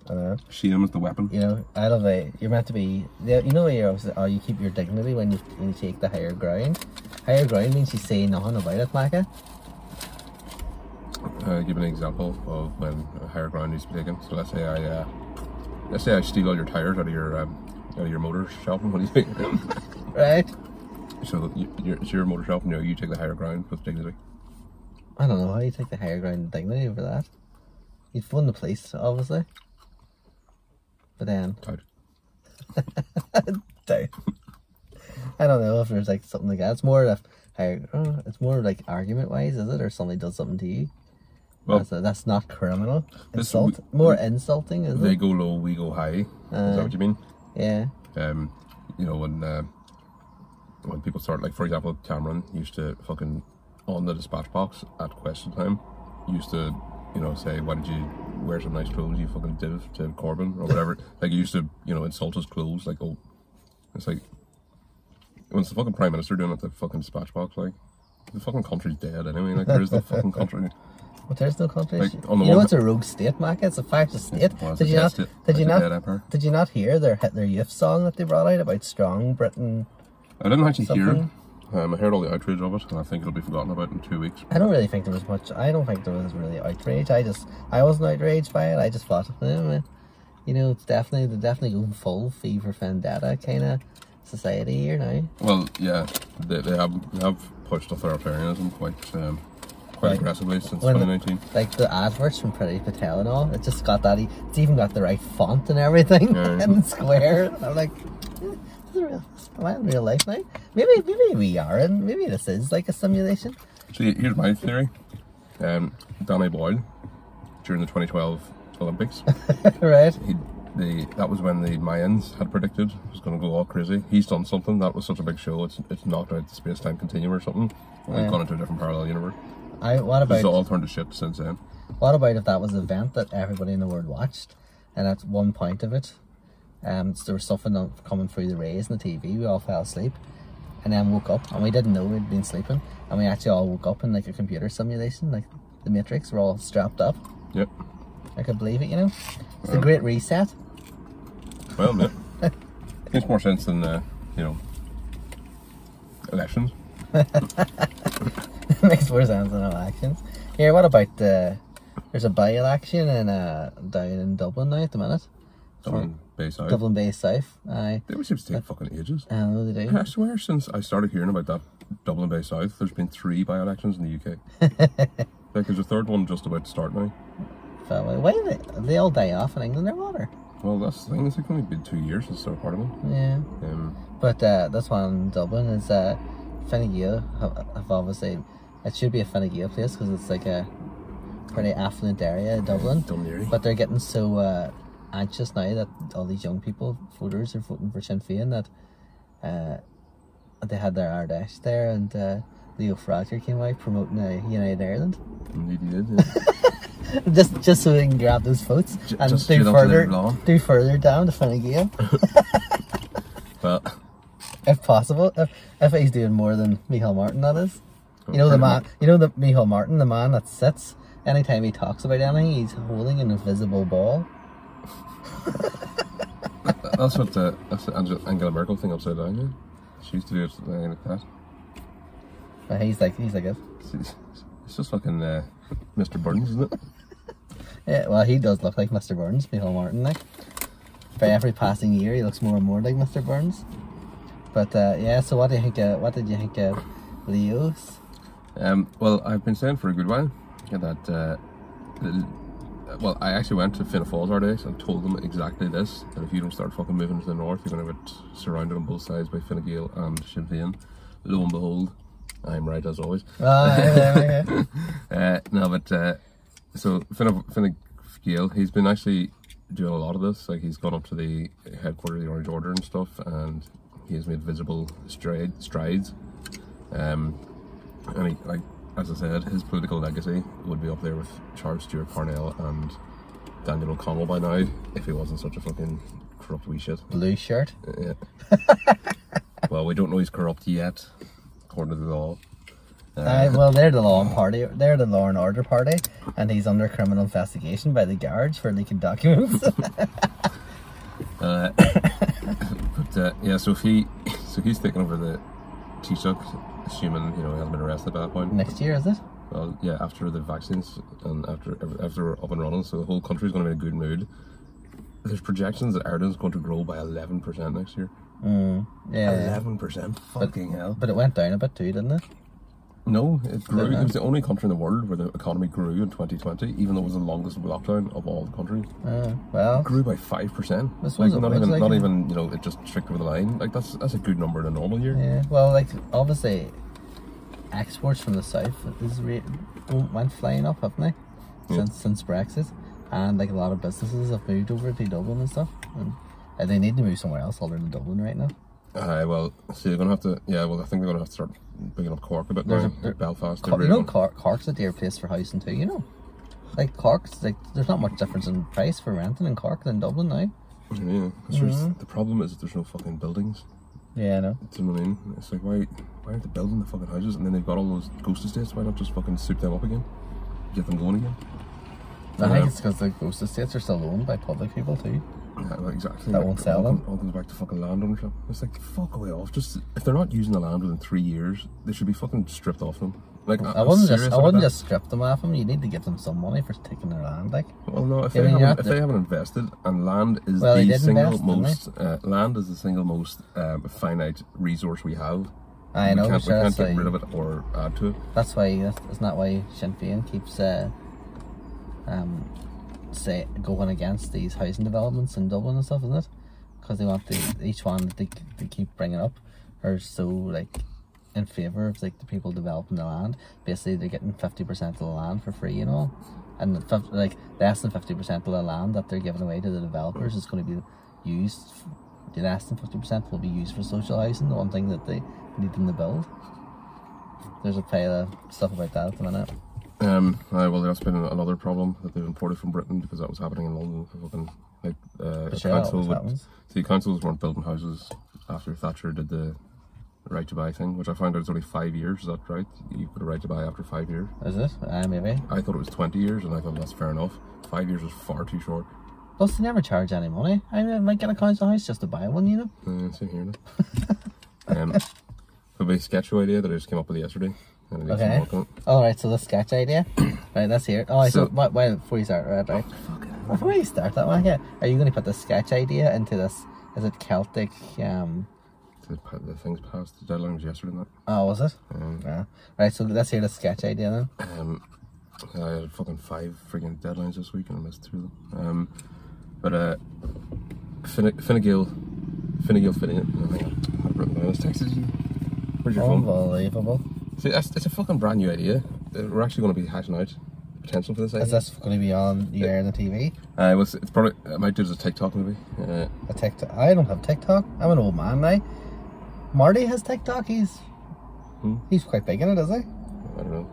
S2: I know.
S1: Shame is the weapon.
S2: You know, I love it. You're meant to be. You know, you always oh, you keep your dignity when you when you take the higher ground. Higher ground means you say nothing about it, Maka.
S1: uh, give an example of when a higher ground needs to be taken. So let's say I, uh, let's say I steal all your tires out of your um, out of your motor shop. What do you think?
S2: Right?
S1: So you, you're, it's your motor shop, you know, you take the higher ground with dignity.
S2: I don't know how you take the higher ground and dignity over that. You'd phone the police, obviously. But then,
S1: Tight.
S2: doubt. I don't know if there's like something like that. It's more of higher. uh, It's more like argument wise, is it? Or somebody does something to you.
S1: Well-
S2: that's, that's not criminal.
S1: This-
S2: Insult. more insulting, is
S1: They
S2: it?
S1: go low, we go high. Is that what you mean?
S2: Yeah.
S1: um, you know, when uh, when people start, like for example, Cameron used to fucking on the dispatch box at question time, used to, you know, say, "Why did you wear some nice clothes? You fucking div to Corbyn or whatever." like he used to, you know, insult his clothes. Like, oh, it's like when it's the fucking prime minister doing it at the fucking dispatch box, like. The fucking country's dead anyway. Like, where's the fucking country?
S2: But there's no country.
S1: Like,
S2: you
S1: on the
S2: know
S1: one-
S2: it's a rogue state, Mac. It's a fact of state.
S1: Well, it's
S2: did
S1: a
S2: you
S1: dead
S2: not?
S1: state.
S2: Did
S1: It's
S2: you
S1: a dead
S2: not?
S1: empire.
S2: Did you not hear their Hitler Youth song that they brought out about strong Britain?
S1: I didn't actually hear
S2: Something.
S1: it. Um, I heard all the outrage of it, and I think it'll be forgotten about in two weeks.
S2: I don't really think there was much. I don't think there was really outrage. I just, I wasn't outraged by it. I just thought, eh, man, you know, it's definitely, they're definitely going full fever vendetta kind of society here now.
S1: Well, yeah, they, they have they have pushed authoritarianism quite um, quite
S2: Right.
S1: aggressively since
S2: When-
S1: 2019.
S2: Like the adverts from Pretty Patel and all, it just got that. e- It's even got the right font and everything
S1: Yeah.
S2: and square. And I'm like, eh, this is real. This am I in real life now? Maybe, maybe we are, and maybe this is like a simulation.
S1: See, here's my theory. Um, Danny Boyle during the 2012 Olympics,
S2: right?
S1: he, the that was when the Mayans had predicted it was going to go all crazy. He's done something that was such a big show. It's it's knocked out the space time continuum or something. and
S2: Yeah.
S1: We've gone into a different parallel universe.
S2: I, what
S1: It's
S2: about
S1: all turned to shit since then.
S2: What about if that was an event that everybody in the world watched, and at one point of it, um, there was something on- coming through the rays on the TV. We all fell asleep, and then woke up, and we didn't know we'd been sleeping, and we actually all woke up in like a computer simulation, like the Matrix. We're all strapped up.
S1: Yep.
S2: I could believe it, you know. It's a great reset.
S1: Well, yeah. Makes more sense than uh, you know elections.
S2: Makes more sense than elections. Here, what about the? There's a by-election in uh, down in Dublin now at the minute.
S1: Dublin, Bayside.
S2: Dublin Bay South. Aye,
S1: They always seem to take fucking ages.
S2: I know they do.
S1: I swear, since I started hearing about that Dublin Bay South, there's been three by elections in the UK. like, there's a third one just about to start now.
S2: But why they, they all die off in England or water?
S1: Well, that's the thing, it's like only been two years since they're part of it.
S2: Yeah.
S1: Um,
S2: But uh, this one in Dublin is uh, Fine Gael have, have obviously it should be a Fine Gael place because it's like a pretty affluent area of Dublin.
S1: Dunleary.
S2: But they're getting so uh, anxious now that all these young people, voters, are voting for Sinn Féin that uh, they had their Ardash there and uh, Leo Fraser came out promoting uh, United Ireland
S1: Indeed, he did. Yeah.
S2: just just so they can grab those votes
S1: Ju-
S2: and
S1: just
S2: do
S1: straight up to their
S2: further
S1: lawn.
S2: do further down to Fine Gael.
S1: but,
S2: if possible. If, if he's doing more than Michal Martin, that is. You know the
S1: pretty
S2: man.
S1: much.
S2: You know the Michal Martin, the man that sits. Anytime he talks about anything, he's holding an invisible ball.
S1: that's what the, that's the Angela, Angela Merkel thing upside down, yeah. She used to do it uh, something like that.
S2: But he's like, he's like, this.
S1: It's, it's, it's just fucking uh, Mr. Burns, isn't it?
S2: yeah. Well, he does look like Mr. Burns, Michal Martin. Like, by every passing year, he looks more and more like Mr. Burns. But uh, yeah. So what do you think? Of, what did you think of Leo's?
S1: Um, well, I've been saying for a good while that, uh, the- well, I actually went to Fianna Fáil's our days and told them exactly this: that if you don't start fucking moving to the north, you're going to get surrounded on both sides by Fine Gael and Sinn Féin. Lo and behold, I'm right as always.
S2: Ah, yeah, yeah, yeah.
S1: Uh, no, but uh, so Fine, Fine Gael, he's been actually doing a lot of this. Like he's gone up to the headquarters of the Orange Order and stuff, and he has made visible stride, strides. Um, and he, like as I said, his political legacy would be up there with Charles Stuart Parnell and Daniel O'Connell by now, if he wasn't such a fucking corrupt wee shit.
S2: Blue shirt.
S1: Yeah. well, we don't know he's corrupt yet, according to the law.
S2: Uh, well, they're the law and party. They're the law and order party, and he's under criminal investigation by the guards for leaking documents.
S1: Uh, but uh, yeah, so if he, so he's taking over the Taoiseach, assuming you know he hasn't been arrested at that point.
S2: Next year, is it?
S1: Well, yeah, after the vaccines and after after we're up and running, so the whole country's going to be in a good mood. there's projections that Ireland's going to grow by 11% next year.
S2: Yeah.
S1: 11%? Fucking hell.
S2: But it went down a bit too, didn't it?
S1: No, it grew. It was the only country in the world where the economy grew in 2020, even though it was the longest lockdown of all the countries.
S2: Uh, well,
S1: Grew by five percent.
S2: This
S1: Like
S2: was
S1: not
S2: upwards,
S1: even,
S2: like,
S1: not
S2: yeah.
S1: even you know, it just tricked over the line. Like that's that's a good number in a normal year.
S2: yeah. Well, like obviously, exports from the south is re- went flying up, haven't they? Since since Brexit, and like a lot of businesses have moved over to Dublin and stuff, and uh, they need to move somewhere else other than Dublin right now.
S1: Aye, Uh, well, see, they're gonna have to. Yeah, well, I think they're gonna have to start picking up Cork a bit
S2: There's
S1: now.
S2: a- there-
S1: Belfast,
S2: Cor- you
S1: everyone.
S2: know, Cor- Cork's a dear place for housing too. You know, like Cork's like there's not much difference in price for renting in Cork than Dublin now.
S1: Yeah, 'cause there's-
S2: Mm-hmm.
S1: the problem is that there's no fucking buildings.
S2: Yeah, I know.
S1: Do you know what I mean? It's like why why aren't they building the fucking houses and then they've got all those ghost estates? Why not just fucking soup them up again, get them going again?
S2: I think
S1: Yeah.
S2: it's because the ghost estates are still owned by public people too.
S1: Yeah, well, exactly.
S2: That
S1: Like,
S2: won't sell
S1: all
S2: them.
S1: come- All comes back to fucking land ownership. It's like fuck away off. Just if they're not using the land within three years, they should be fucking stripped off them. Like
S2: I wouldn't just I wouldn't just strip them off them. You need to give them some money for taking their land. Like,
S1: Well, no. If,
S2: Yeah,
S1: they,
S2: I mean, you're
S1: haven't,
S2: not
S1: if
S2: the-
S1: they haven't invested, and land is
S2: Well, they
S1: the
S2: did
S1: single
S2: invest, didn't they?
S1: most uh, land is the single most um, finite resource we have.
S2: I know.
S1: we can't, we
S2: sure,
S1: can't
S2: that's,
S1: get
S2: why,
S1: rid of it or add to it.
S2: that's why that's, isn't that why Sinn Féin keeps uh, um, say going against these housing developments in Dublin and stuff, isn't it? Because they want the, each one that they, they keep bringing up are so like in favor of like the people developing the land. Basically, they're getting fifty percent of the land for free, you know, and the, fif- like less than fifty percent of the land that they're giving away to the developers is going to be used. The less than fifty percent will be used for social housing. The one thing that they need them to build. There's a pile of stuff about that at the minute.
S1: Um, aye, well, that's been another problem that they've imported from Britain because that was happening in London. for Fucking, like, uh,
S2: But
S1: the
S2: sure, that
S1: council
S2: always
S1: would,
S2: happens.
S1: see, councils weren't building houses after Thatcher did the right to buy thing, which I found out is only five years. Is that right? You got a right to buy after five years.
S2: Is it? Uh, maybe.
S1: I thought it was twenty years, and I thought that's fair enough. Five years was far too short.
S2: Plus, they never charge any money. I mean, I might get a council house just to buy one, you know?
S1: Uh, same here now. um, but my sketch idea that I just came up with yesterday. And I need some
S2: Okay.
S1: work on it.
S2: Alright, so the sketch idea. right, let's hear it. Oh, so,
S1: So- Oh,
S2: wait, wait, before you start, right, right. Before you start that one, yeah. Are you going to put the sketch idea into this? Is it Celtic? Um,
S1: The, pa- the things passed. The deadline was yesterday. That.
S2: oh, was it? Yeah. Right, so let's hear the sketch idea then.
S1: Um, I had fucking five freaking deadlines this week and I missed two of them. Um, but uh, Fine- Fine Gael, Fine Gael, Fine. Oh, hang on, I've written down this text. Is you? Where's your phone?
S2: Unbelievable.
S1: See, that's it's a fucking brand new idea. Uh, We're actually going to be hashing out potential for this
S2: Is
S1: idea.
S2: this going to be on the air and the TV?
S1: Uh, well, it's, it's probably I might do it as a TikTok maybe. Uh,
S2: A TikTok? I don't have TikTok. I'm an old man now. Marty has TikTok. He's
S1: Hmm.
S2: he's quite big in it, is he?
S1: I don't know.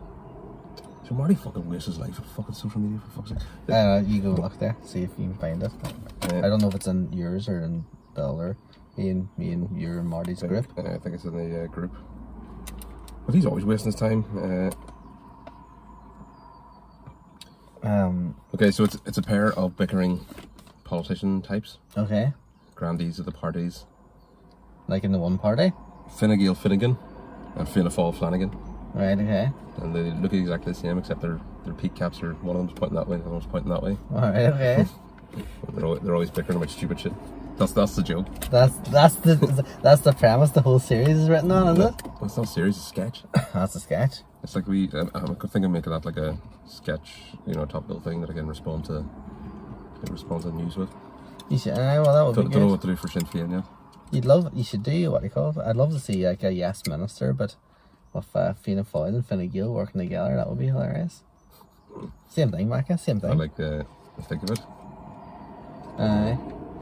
S1: So Marty fucking wastes his life on fucking social media for fuck's sake.
S2: Uh, you go look there, see if you can find it.
S1: Yeah.
S2: I don't know if it's in yours or in the other. Me and me and your and Marty's group.
S1: Uh, I think it's in the uh, group. But he's always wasting his time. Uh,
S2: Um.
S1: okay, so it's it's a pair of bickering politician types,
S2: Okay.
S1: grandees of the parties,
S2: Like in the one party.
S1: Fine Gael Finnegan and Fianna Fáil Flanagan,
S2: Right. Okay.
S1: and they look exactly the same except their their peak caps are one of them's pointing that way, and the other one's pointing that way.
S2: All right. Okay.
S1: They're always, they're always bickering about stupid shit. That's that's the joke.
S2: that's that's the that's the premise the whole series is written on, is it?
S1: Well, it's not serious. It's a sketch.
S2: That's a sketch.
S1: It's like we. Um, I could think of making that like a sketch, you know, topical thing that I can respond to. can Respond to the news with.
S2: You should. Uh, well, that would
S1: Don't, don't
S2: be
S1: know
S2: good.
S1: what to do for Sinn Féin yet.
S2: You'd love. You should do what do you call it. I'd love to see like a yes minister, but with uh, Fianna Fáil and Fine Gael working together, that would be hilarious. Same thing, Micah. Same
S1: I
S2: thing.
S1: like the, the thick of it.
S2: Aye.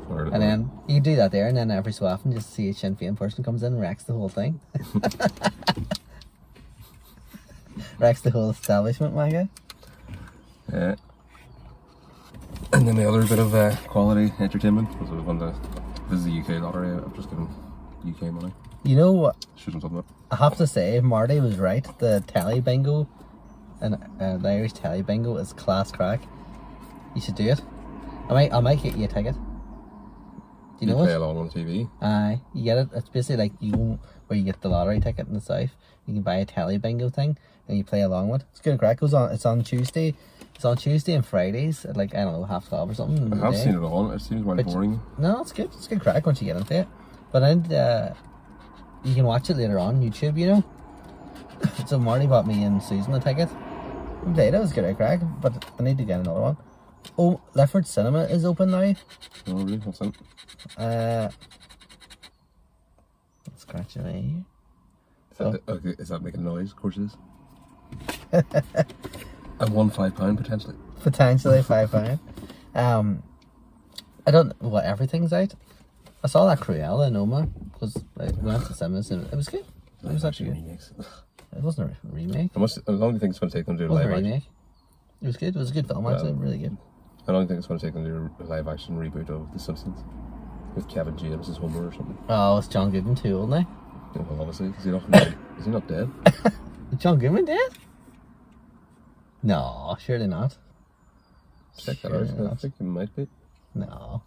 S1: Or
S2: Uh, And then you do that there, and then every so often, just see a Sinn Féin person comes in and wrecks the whole thing. wrecks the whole establishment, my guy.
S1: Uh, and then the other bit of uh, quality entertainment was we won the this is the UK lottery. I've just given UK money.
S2: You know what?
S1: Shouldn't have done
S2: I have to say, Marty was right. The tally bingo, and uh, the Irish tally bingo is class crack. You should do it. I might, I might get you a ticket. Do
S1: that.
S2: you know
S1: play
S2: it?
S1: along on TV.
S2: Aye, you get it. It's basically like you where you get the lottery ticket in the south. You can buy a telly bingo thing and you play along with. It's good crack. Goes on. It's on Tuesday. It's on Tuesday and Fridays at like I don't know half twelve or something. in
S1: I
S2: the
S1: have
S2: day.
S1: seen it on. It seems quite
S2: But-
S1: boring.
S2: No, it's good. It's good crack once you get into it. But and uh, you can watch it later on YouTube. You know. so Marty bought me and Susan a ticket. We played it. It was good crack, but I need to get another one. Oh, Lefford Cinema is open now.
S1: No, really, what's that?
S2: Uh, let's scratch away.
S1: Is
S2: Oh.
S1: that, Uh, okay, is that making noise? Of course it is. I won five pound potentially.
S2: potentially five five. Um, I don't. Well, everything's out. I saw that Cruella in Oma because I went to the cinemas and it was good. It was actually good.
S1: remakes.
S2: It wasn't a re- remake.
S1: How much? How long do you think it's going to take them to
S2: It
S1: do a
S2: wasn't
S1: live
S2: a
S1: action?
S2: remake. It was good. It was a good film. Actually, really good.
S1: How long do you think it's going to take them to do a live action reboot of The Simpsons with Kevin James as Homer or something?
S2: Oh, it's John Goodman too, old now.
S1: Yeah, well, obviously, is he not? is he not dead?
S2: Is John Goodman dead? No, surely not.
S1: Check that
S2: Sure
S1: out. I
S2: not.
S1: think he might be.
S2: No.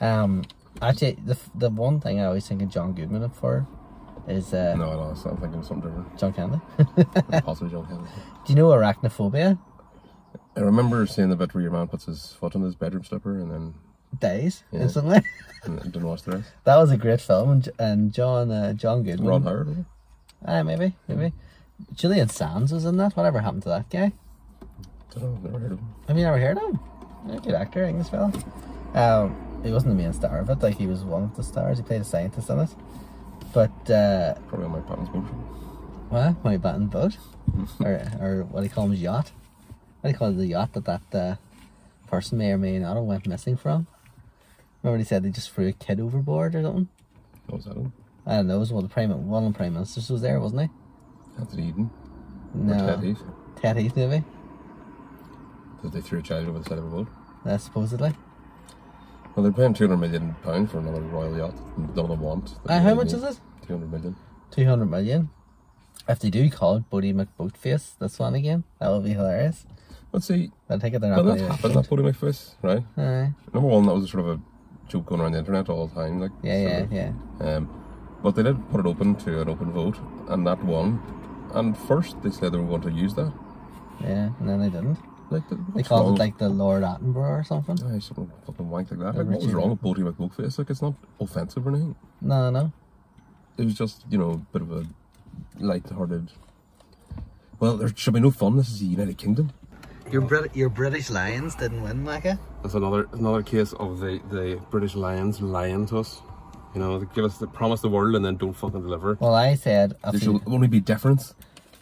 S2: Um. Actually, the f- the one thing I always think of John Goodman for is uh,
S1: No, no, so I'm thinking of something different.
S2: John Candy.
S1: Possibly John Candy.
S2: Do you know arachnophobia?
S1: I remember seeing the bit where your man puts his foot on his bedroom slipper and then
S2: Days
S1: Yeah.
S2: instantly.
S1: and then didn't watch the rest.
S2: That was a great film, and, and John uh, John Goodman.
S1: Ron Howard. wasn't it?
S2: Aye, maybe, maybe. Julian Sands was in that. Whatever happened to that guy?
S1: Dunno, I've never heard of him.
S2: Have you never heard of him? Yeah, good actor, English fella. Um, he wasn't the main star of it. Like he was one of the stars. He played a scientist in it. But uh,
S1: Probably on my partner's boat.
S2: what? My batting boat, or or what do you call him? Yacht. What do you call the yacht that that uh, person may or may not have went missing from? Remember, they said they just threw a kid overboard or something.
S1: What was that on?
S2: I don't know. It was one of the prime one of the prime ministers was there, wasn't he?
S1: Anthony Eden.
S2: No.
S1: Or Ted Heath.
S2: Ted Heath maybe?
S1: That they threw a child over the side of a boat.
S2: That's Uh, supposedly.
S1: Well, they're paying two hundred million pound for another royal yacht. that They don't want.
S2: Uh, how much is it?
S1: Two hundred million.
S2: Two hundred million. If they do call it Bodie McBoatface, this one again, that would be hilarious.
S1: Let's see.
S2: But I think they're not
S1: Well,
S2: going
S1: that
S2: to
S1: happened. That put in my face, right?
S2: Aye.
S1: Number one, that was sort of a joke going around the internet all the time. Like
S2: Yeah, yeah,
S1: sort of.
S2: yeah.
S1: Um, but they did put it open to an open vote, and that won. And first, they said they were going to use that.
S2: Yeah, and then they didn't.
S1: Like, th-
S2: They
S1: what's
S2: called
S1: wrong?
S2: it like the Lord Attenborough or something.
S1: Aye, something fucking wank like that. Like, what was
S2: Richie
S1: wrong with Bodie McBoatface? Like, it's not offensive or anything.
S2: No, no.
S1: It was just, you know, a bit of a light-hearted. Well, there should be no fun. This is the United Kingdom.
S2: Your Brit- your British Lions didn't win, Maka.
S4: That's another another case of the, the British Lions lying to us. You know, they give us the promise the world and then don't fucking deliver.
S2: Well, I said
S1: There
S2: after
S1: should Oh, only be difference.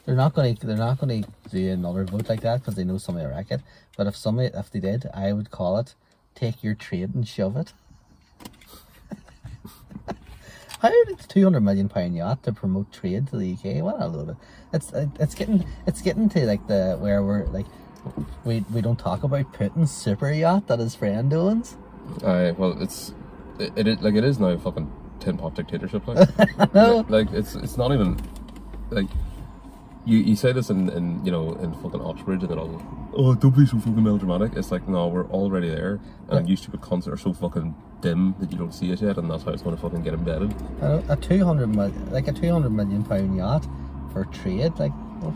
S2: They're not going to. They're not going to do another vote like that because they know somebody will wreck it. But if somebody, if they did, I would call it "Take your trade and shove it." How did a two hundred million pound yacht to promote trade to the UK? What a load of it's it's getting it's getting to like the where we're like we we don't talk about Putin's super yacht that his friend owns.
S1: Aye, well, it's it, it is- like it is now a fucking tin pot dictatorship. Like, Like- like it's it's not even like you you say this in, in you know in fucking Oxbridge and then all oh don't be so fucking melodramatic. It's like no, we're already there, and you stupid cons are so fucking dim that you don't see it yet, and that's how it's gonna fucking get embedded.
S2: A, a two hundred million like a two hundred million pound yacht for trade like oh,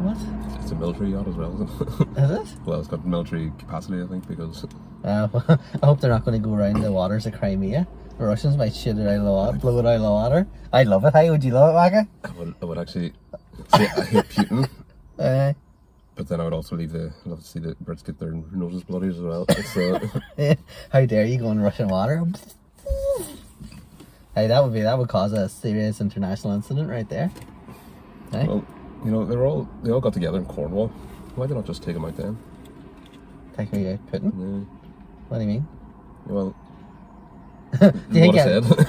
S2: what
S1: It's, it's a military yacht as well, isn't it?
S2: is it?
S1: well, it's got military capacity, I think, because
S2: Uh, I hope they're not going to go around the waters of Crimea. The Russians might shit it out of the water, blow it out of the water. I love it. How would you love it, Wagga?
S1: I would I would actually say I hate Putin.
S2: Uh,
S1: But then I would also leave the love to see the Brits get their noses bloody as well. It's, uh,
S2: how dare you go in Russian water? hey, that would be that would cause a serious international incident right there. Hey?
S1: Well, you know, they're all they all got together in Cornwall. Why did not just take them out then?
S2: Take me out, Putin.
S1: Yeah.
S2: What do you mean?
S1: Well,
S2: Do you
S1: what I
S2: think-
S1: said.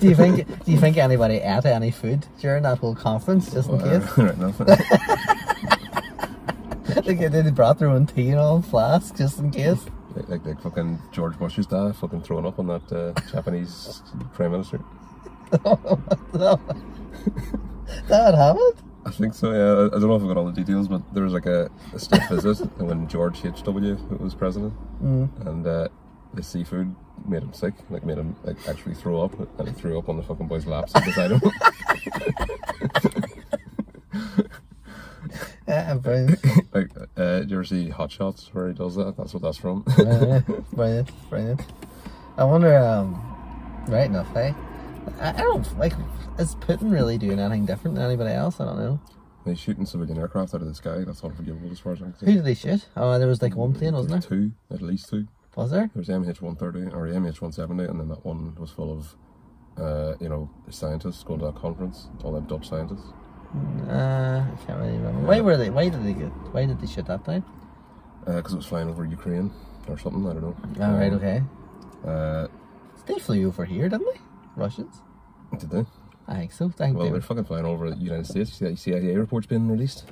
S2: do you think do you think anybody ate any food during that whole conference just in case?
S1: right now.
S2: they, they brought their own tea and all flask just in case.
S1: Like, like, like fucking George Bush's dad fucking throwing up on that uh, Japanese prime minister.
S2: that would happen.
S1: I think so. Yeah, I don't know if I got all the details, but there was like a, a state visit when George H. W. was president, and uh, the seafood made him sick, like made him like actually throw up, and he threw up on the fucking boy's laps beside him.
S2: Yeah, brilliant.
S1: like, uh, do you ever see Hot Shots where he does that? That's what that's from.
S2: brilliant, brilliant, brilliant. I wonder, um, right enough, eh? I, I don't, like, is Putin really doing anything different than anybody else? I don't know.
S1: They shooting civilian aircraft out of the sky. That's unforgivable as far as I'm
S2: Who
S1: concerned.
S2: did he shoot? Oh, there was like one plane, wasn't there?
S1: Two, at least two.
S2: Was there?
S1: There was MH130 or MH170, and then that one was full of, uh, you know, scientists going to that conference. All them Dutch scientists.
S2: Uh, I can't really remember. Why were they, why did they get, why did they shoot that down?
S1: because Uh, it was flying over Ukraine or something. I don't know.
S2: All Ah, right,
S1: Um,
S2: okay.
S1: Uh,
S2: They flew over here, didn't they? Russians?
S1: did they?
S2: I think so. I think
S1: Well,
S2: they
S1: they're
S2: were.
S1: fucking flying over the United States. You see, CIA report's been released.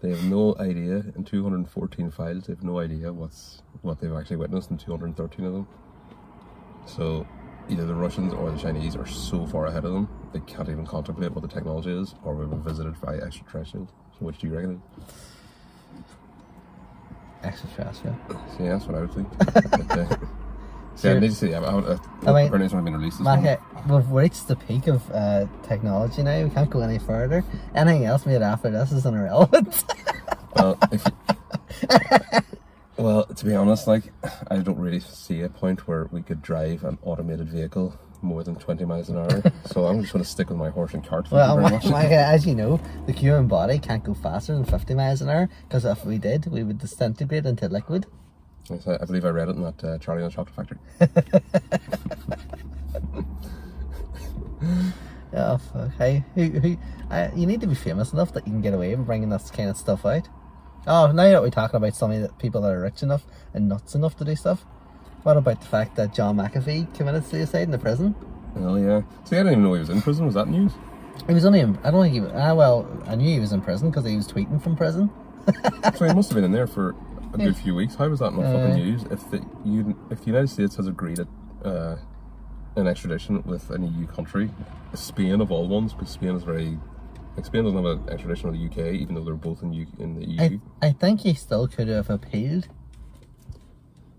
S1: They have no idea in 214 files. They have no idea what's what they've actually witnessed in 213 of them. So, either the Russians or the Chinese are so far ahead of them they can't even contemplate what the technology is, or we've been visited by extraterrestrials. So, which do you reckon? it is?
S2: uh, Extraterrestrial.
S1: See, that's what I would think. but, uh, see, I
S2: Sure.
S1: need to see. I, I, I,
S2: I mean-
S1: her name's not been released. This
S2: Mac,
S1: one.
S2: uh, we've reached the peak of uh, technology now. We can't go any further. Anything else made after this is irrelevant.
S1: Well, if well, to be honest, like I don't really see a point where we could drive an automated vehicle more than twenty miles an hour. so I'm just going to stick with my horse and cart. Thank
S2: well,
S1: you
S2: Mac,
S1: very much.
S2: Mac, uh, as you know, the human body can't go faster than 50 miles an hour because if we did, we would disintegrate into liquid.
S1: Yes, I, I believe I read it in that uh, Charlie and the Chocolate Factory.
S2: Oh, fuck. Hey, who, who, I, you need to be famous enough that you can get away with bringing this kind of stuff out. Oh, now that we're talking about so many people that are rich enough and nuts enough to do stuff, what about the fact that John McAfee committed suicide in the prison?
S1: Oh yeah. See, I didn't even know he was in prison. Was that news?
S2: He was only in, I don't think he was, ah, well, I knew he was in prison because he was tweeting from prison.
S1: so he must have been in there for a good few weeks. How was that not
S2: Uh,
S1: fucking news? If the you, if the United States has agreed at, uh, an extradition with an EU country, Spain of all ones, because Spain is very like Spain doesn't have an extradition with the UK, even though they're both in, U, in the EU.
S2: I, I think he still could have appealed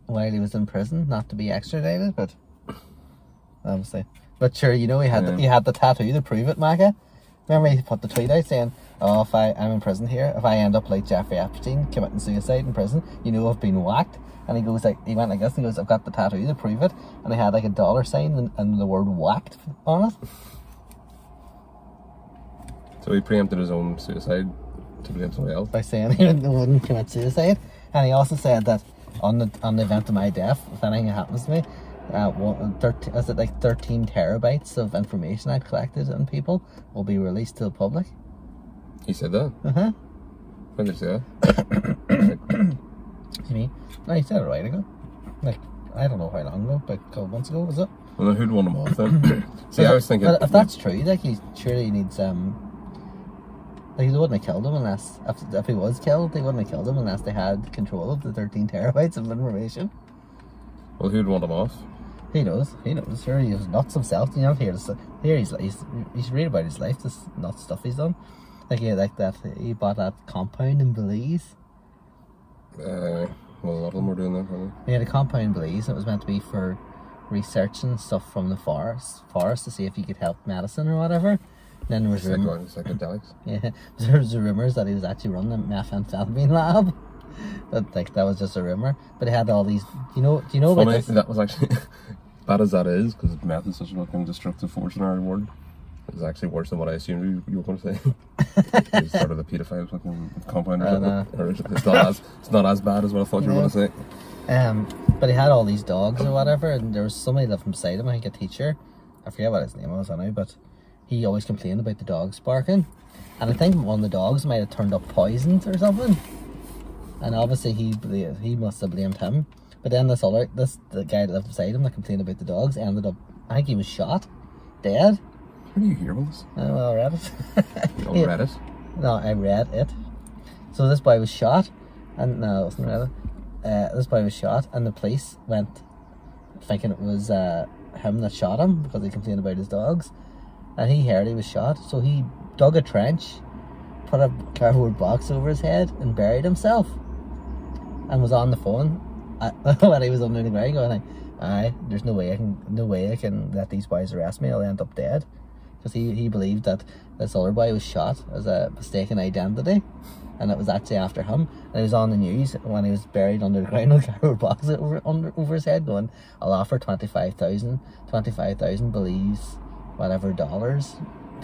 S2: while he was in prison not to be extradited, but obviously. But sure, you know he had the,
S1: Yeah.
S2: he had the tattoo to prove it, Maga. Remember he put the tweet out saying, "Oh, if I I'm in prison here, if I end up like Jeffrey Epstein committing suicide in prison, you know I've been whacked." And he goes like he went like this and he goes, "I've got the tattoo to prove it," and he had like a dollar sign and, and the word "whacked" on it.
S1: so he preempted his own suicide to blame somebody else.
S2: by saying he wouldn't commit suicide. And he also said that on the on the event of my death, if anything happens to me, uh, one, 13, is it like 13 terabytes of information I've collected on people will be released to the public?
S1: He said that.
S2: Uh huh.
S1: When did he say that?
S2: You mean? No, he said it right ago. Like, I don't know how long ago, but a couple months ago, was it?
S1: well, then who'd won them off then? See, I was thinking.
S2: But if that's true, like, he surely needs, um, like, they wouldn't have killed him unless, if, if he was killed, they wouldn't have killed him unless they had control of the 13 terabytes of information.
S1: well, who'd want him off?
S2: He knows. He knows. Sure, he was nuts himself. You know, here, this, here he's he's he's read about his life. This nuts stuff he's done. Like yeah, like that. He bought that compound in Belize.
S1: Uh, well, a lot of them were doing that, probably.
S2: He had a compound in Belize. And it was meant to be for researching stuff from the forest, forest to see if he could help medicine or whatever. then there was rumor,
S1: Psycho- psychedelics.
S2: yeah, there was rumors that he was actually running a methamphetamine lab. But like that was just a rumor. But he had all these. You know? Do you know
S1: Funny,
S2: about this?
S1: that was actually bad as that is because meth is such a fucking destructive force in our world. It was actually worse than what I assumed you, you were going to say. it's sort of the pedophile fucking compound.
S2: I
S1: Or
S2: know.
S1: something. Or it's, it's not as it's not as bad as what I thought you were going to say.
S2: Um, but he had all these dogs or whatever, and there was somebody lived beside him. I think a teacher, I forget what his name was. I know, but he always complained about the dogs barking, and I think one of the dogs might have turned up poisoned or something. And obviously he bla- he must have blamed him. But then this other this the guy that lived beside him that complained about the dogs ended up I think he was shot, dead.
S1: How do you hear about this?
S2: Oh, well, I read it.
S1: On
S2: Yeah.
S1: Oh, Reddit.
S2: No, I read it. So this boy was shot, and no, it wasn't read it. Uh, this boy was shot, and the police went thinking it was uh, him that shot him because he complained about his dogs, and he heard he was shot, so he dug a trench, put a cardboard box over his head, and buried himself, and was on the phone I, when he was under the ground going, like, "Aye, there's no way I can, no way I can let these boys arrest me. I'll end up dead," because he, he believed that this other boy was shot as a mistaken identity, and it was actually after him. And it was on the news when he was buried under the ground with cardboard boxes over under over his head, going, "I'll offer 25,000. 25,000 believes whatever dollars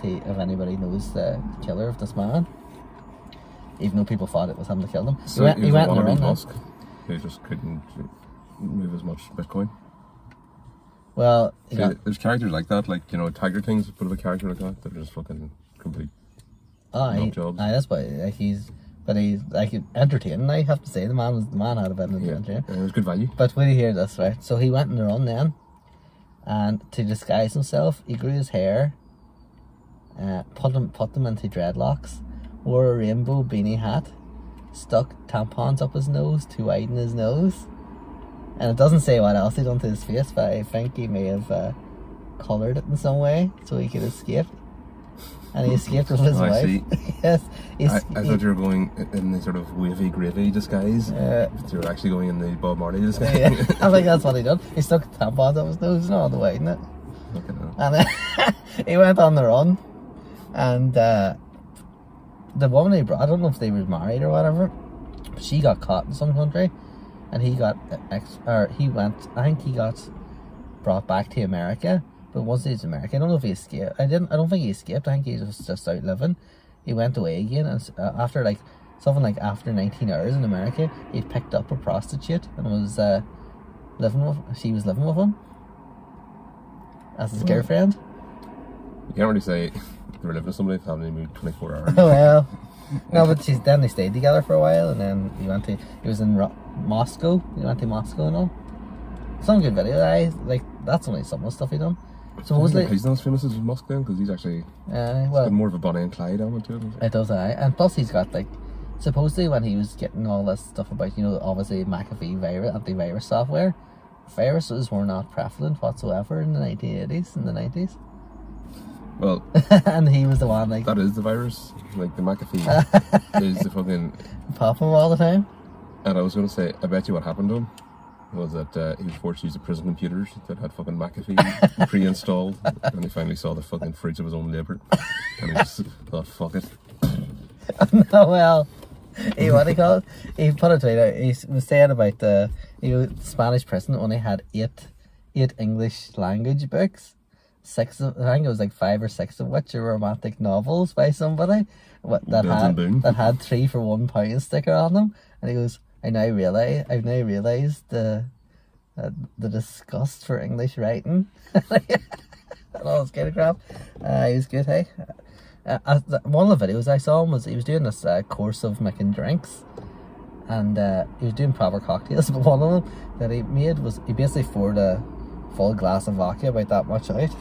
S2: to, if anybody knows the killer of this man." Even though people thought it was him that killed him, He went- he
S1: was
S2: went in the
S1: wannabe
S2: wrong end.
S1: Musk. They just couldn't move as much Bitcoin.
S2: Well, he got,
S1: See, There's characters like that, like you know, Tiger King's a bit of a character like that. They're just fucking complete.
S2: aye,
S1: Knock jobs.
S2: aye, that's why like he's, but he's like entertaining. I have to say the man was the man had a bit of
S1: Yeah,
S2: entertaining.
S1: and it was good value.
S2: But when you hear this, right? So he went on the run then, and to disguise himself, he grew his hair, uh, put them put them into dreadlocks, wore a rainbow beanie hat, stuck tampons up his nose to widen his nose, and it doesn't say what else he done to his face, but I think he may have uh, colored it in some way so he could escape. And he escaped with his
S1: Oh, I
S2: wife.
S1: see.
S2: yes, he,
S1: I, I
S2: he-
S1: thought you were going in the sort of wavy gravy disguise.
S2: Yeah.
S1: you were actually going in the Bob Marley disguise.
S2: yeah, I think that's what he done. He stuck tampons up his nose and all the way, isn't it?
S1: Fucking hell.
S2: and he went on the run and uh, the woman he brought I don't know if they were married or whatever but she got caught in some country and he got ex or he went I think he got brought back to America but once he was in America I don't know if he escaped I didn't I don't think he escaped I think he was just out living he went away again and s- uh, after like something like after 19 hours in America he picked up a prostitute and was uh, living with she was living with him as his girlfriend
S1: You can't really say they were living with somebody if they haven't even moved 24 hours.
S2: Oh well. No, but she's, then they stayed together for a while, and then he went to he was in Ro- Moscow. He went to Moscow and all. Some good video. I like that's only some of the stuff he done. Supposedly,
S1: He's not as famous as Musk then, because he's actually
S2: uh,
S1: got
S2: well,
S1: more of a Bonnie and Clyde element to it.
S2: it does I, and plus he's got like supposedly when he was getting all this stuff about you know obviously McAfee virus antivirus software, viruses were not prevalent whatsoever in the nineteen eighties and the nineties,
S1: Well,
S2: and he was the one like
S1: that is the virus. Like the McAfee is the fucking.
S2: popping all the time.
S1: And I was going to say, I bet you what happened to him was that uh, he was forced to use the prison computers that had fucking McAfee pre installed, and he finally saw the fucking fruits of his own labour. And he just thought, fuck it.
S2: Oh well, he what do you call it? He put a tweet out. He s- was saying about the you know Spanish prison only had eight eight English language books. Six of I think it was like five or six of which are romantic novels by somebody what, that
S1: Benton
S2: had
S1: Boone.
S2: that had three for one pound sticker on them. And he goes, I now realize I've now realized the uh, the disgust for English writing. and all this kind of crap. Uh, he was good, hey. Uh, uh, th- one of the videos I saw him was he was doing this uh, course of making drinks, and uh, he was doing proper cocktails. But one of them that he made was he basically poured a full glass of vodka about that much out. It,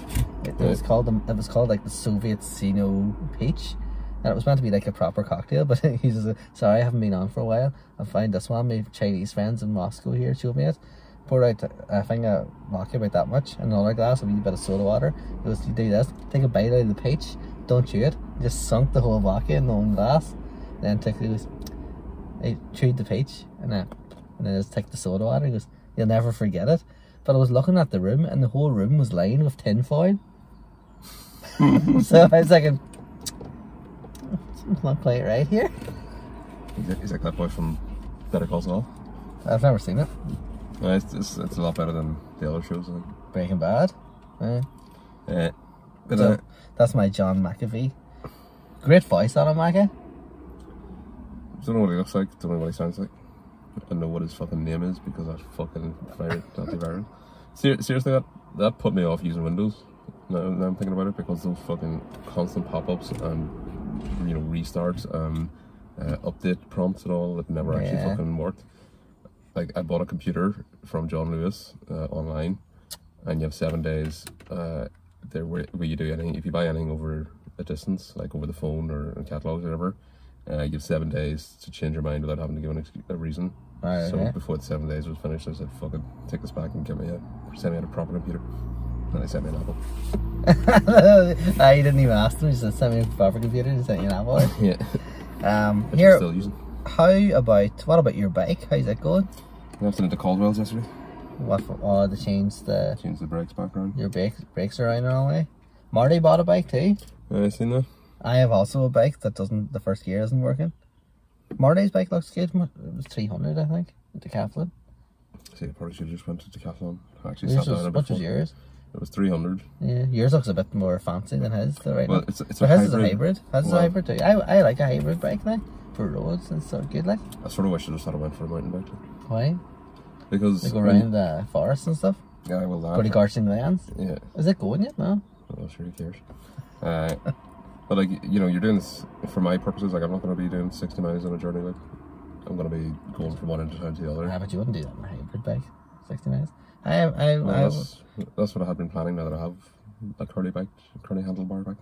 S2: it was called the- it was called like the Soviet Sino Peach. And it was meant to be like a proper cocktail, but he says, "Sorry, I haven't been on for a while. I find this one. My Chinese friends in Moscow here showed me it. Poured out a thing of vodka about that much, another glass, a wee bit of soda water. It was you do this, take a bite out of the peach, don't chew it. Just sunk the whole vodka in the one glass, then took it was, I chewed the peach, and then and then just took the soda water. He goes, "You'll never forget it." But I was looking at the room, and the whole room was lined with tin foil. so I was like, "Not quite right here."
S1: He's like, he's like that boy from Better Call Saul.
S2: I've never seen it.
S1: No, it's, it's, it's a lot better than the other shows, I think.
S2: Breaking Bad. Eh.
S1: Uh, but
S2: So
S1: uh,
S2: that's my John McAfee. Great voice on him, Maca.
S1: I don't know what he looks like, don't know what he sounds like. I know what his fucking name is because I fucking fired antivirus. Ser- seriously, that, that put me off using Windows. Now, now I'm thinking about it because those fucking constant pop ups and, you know, restarts and uh, update prompts and all that never actually
S2: Yeah.
S1: fucking worked. Like, I bought a computer from John Lewis uh, online and you have seven days uh, there where, where you do anything. If you buy anything over a distance, like over the phone or in catalogs or whatever, uh, you have seven days to change your mind without having to give an ex- a reason.
S2: Right,
S1: so
S2: right.
S1: before the seven days was finished, I said, "Fuck it, take this back and give me a send me a proper computer." And they sent me an Apple.
S2: I didn't even ask him. He just sent me a proper computer. He sent you an hour.
S1: Yeah,
S2: Um,
S1: Which I'm
S2: here,
S1: still using.
S2: how about what about your bike? How's it going?
S1: You have to the Caldwell's yesterday.
S2: What for? Oh, they changed the
S1: Changed the brakes back around.
S2: your brakes brakes around the wrong way. Marty bought a bike too.
S1: Yeah, I seen that.
S2: I have also a bike that doesn't. The first gear isn't working. Marty's bike looks good. Mar- It was three hundred, I think, at Decathlon.
S1: See, I probably should have just went to Decathlon. I actually
S2: Yours
S1: sat down
S2: was,
S1: a bit.
S2: what was
S1: for-
S2: yours?
S1: It was three hundred.
S2: Yeah, yours looks a bit more fancy than his. Though, right
S1: Well,
S2: now.
S1: it's- it's
S2: but
S1: a
S2: his is a
S1: hybrid.
S2: hybrid. His is a
S1: Well-
S2: hybrid too. I, I like a hybrid bike now for roads and so good. Like
S1: I sort of wish I just had went for a mountain bike like,
S2: why?
S1: because
S2: They go
S1: when-
S2: around the forest and stuff.
S1: Yeah, well, that.
S2: Go to Garson Lands.
S1: yeah.
S2: Is it going yet? No.
S1: Well, sure, who cares? Uh, but like you know, you're doing this for my purposes. Like, I'm not going to be doing 60 miles on a journey. Like, I'm going to be going from one end of town to the other.
S2: Ah, but you wouldn't do that on a hybrid bike. Sixty miles. I I
S1: And
S2: I,
S1: that's, that's what I had been planning. Now that I have a curly bike, curly handlebar bike.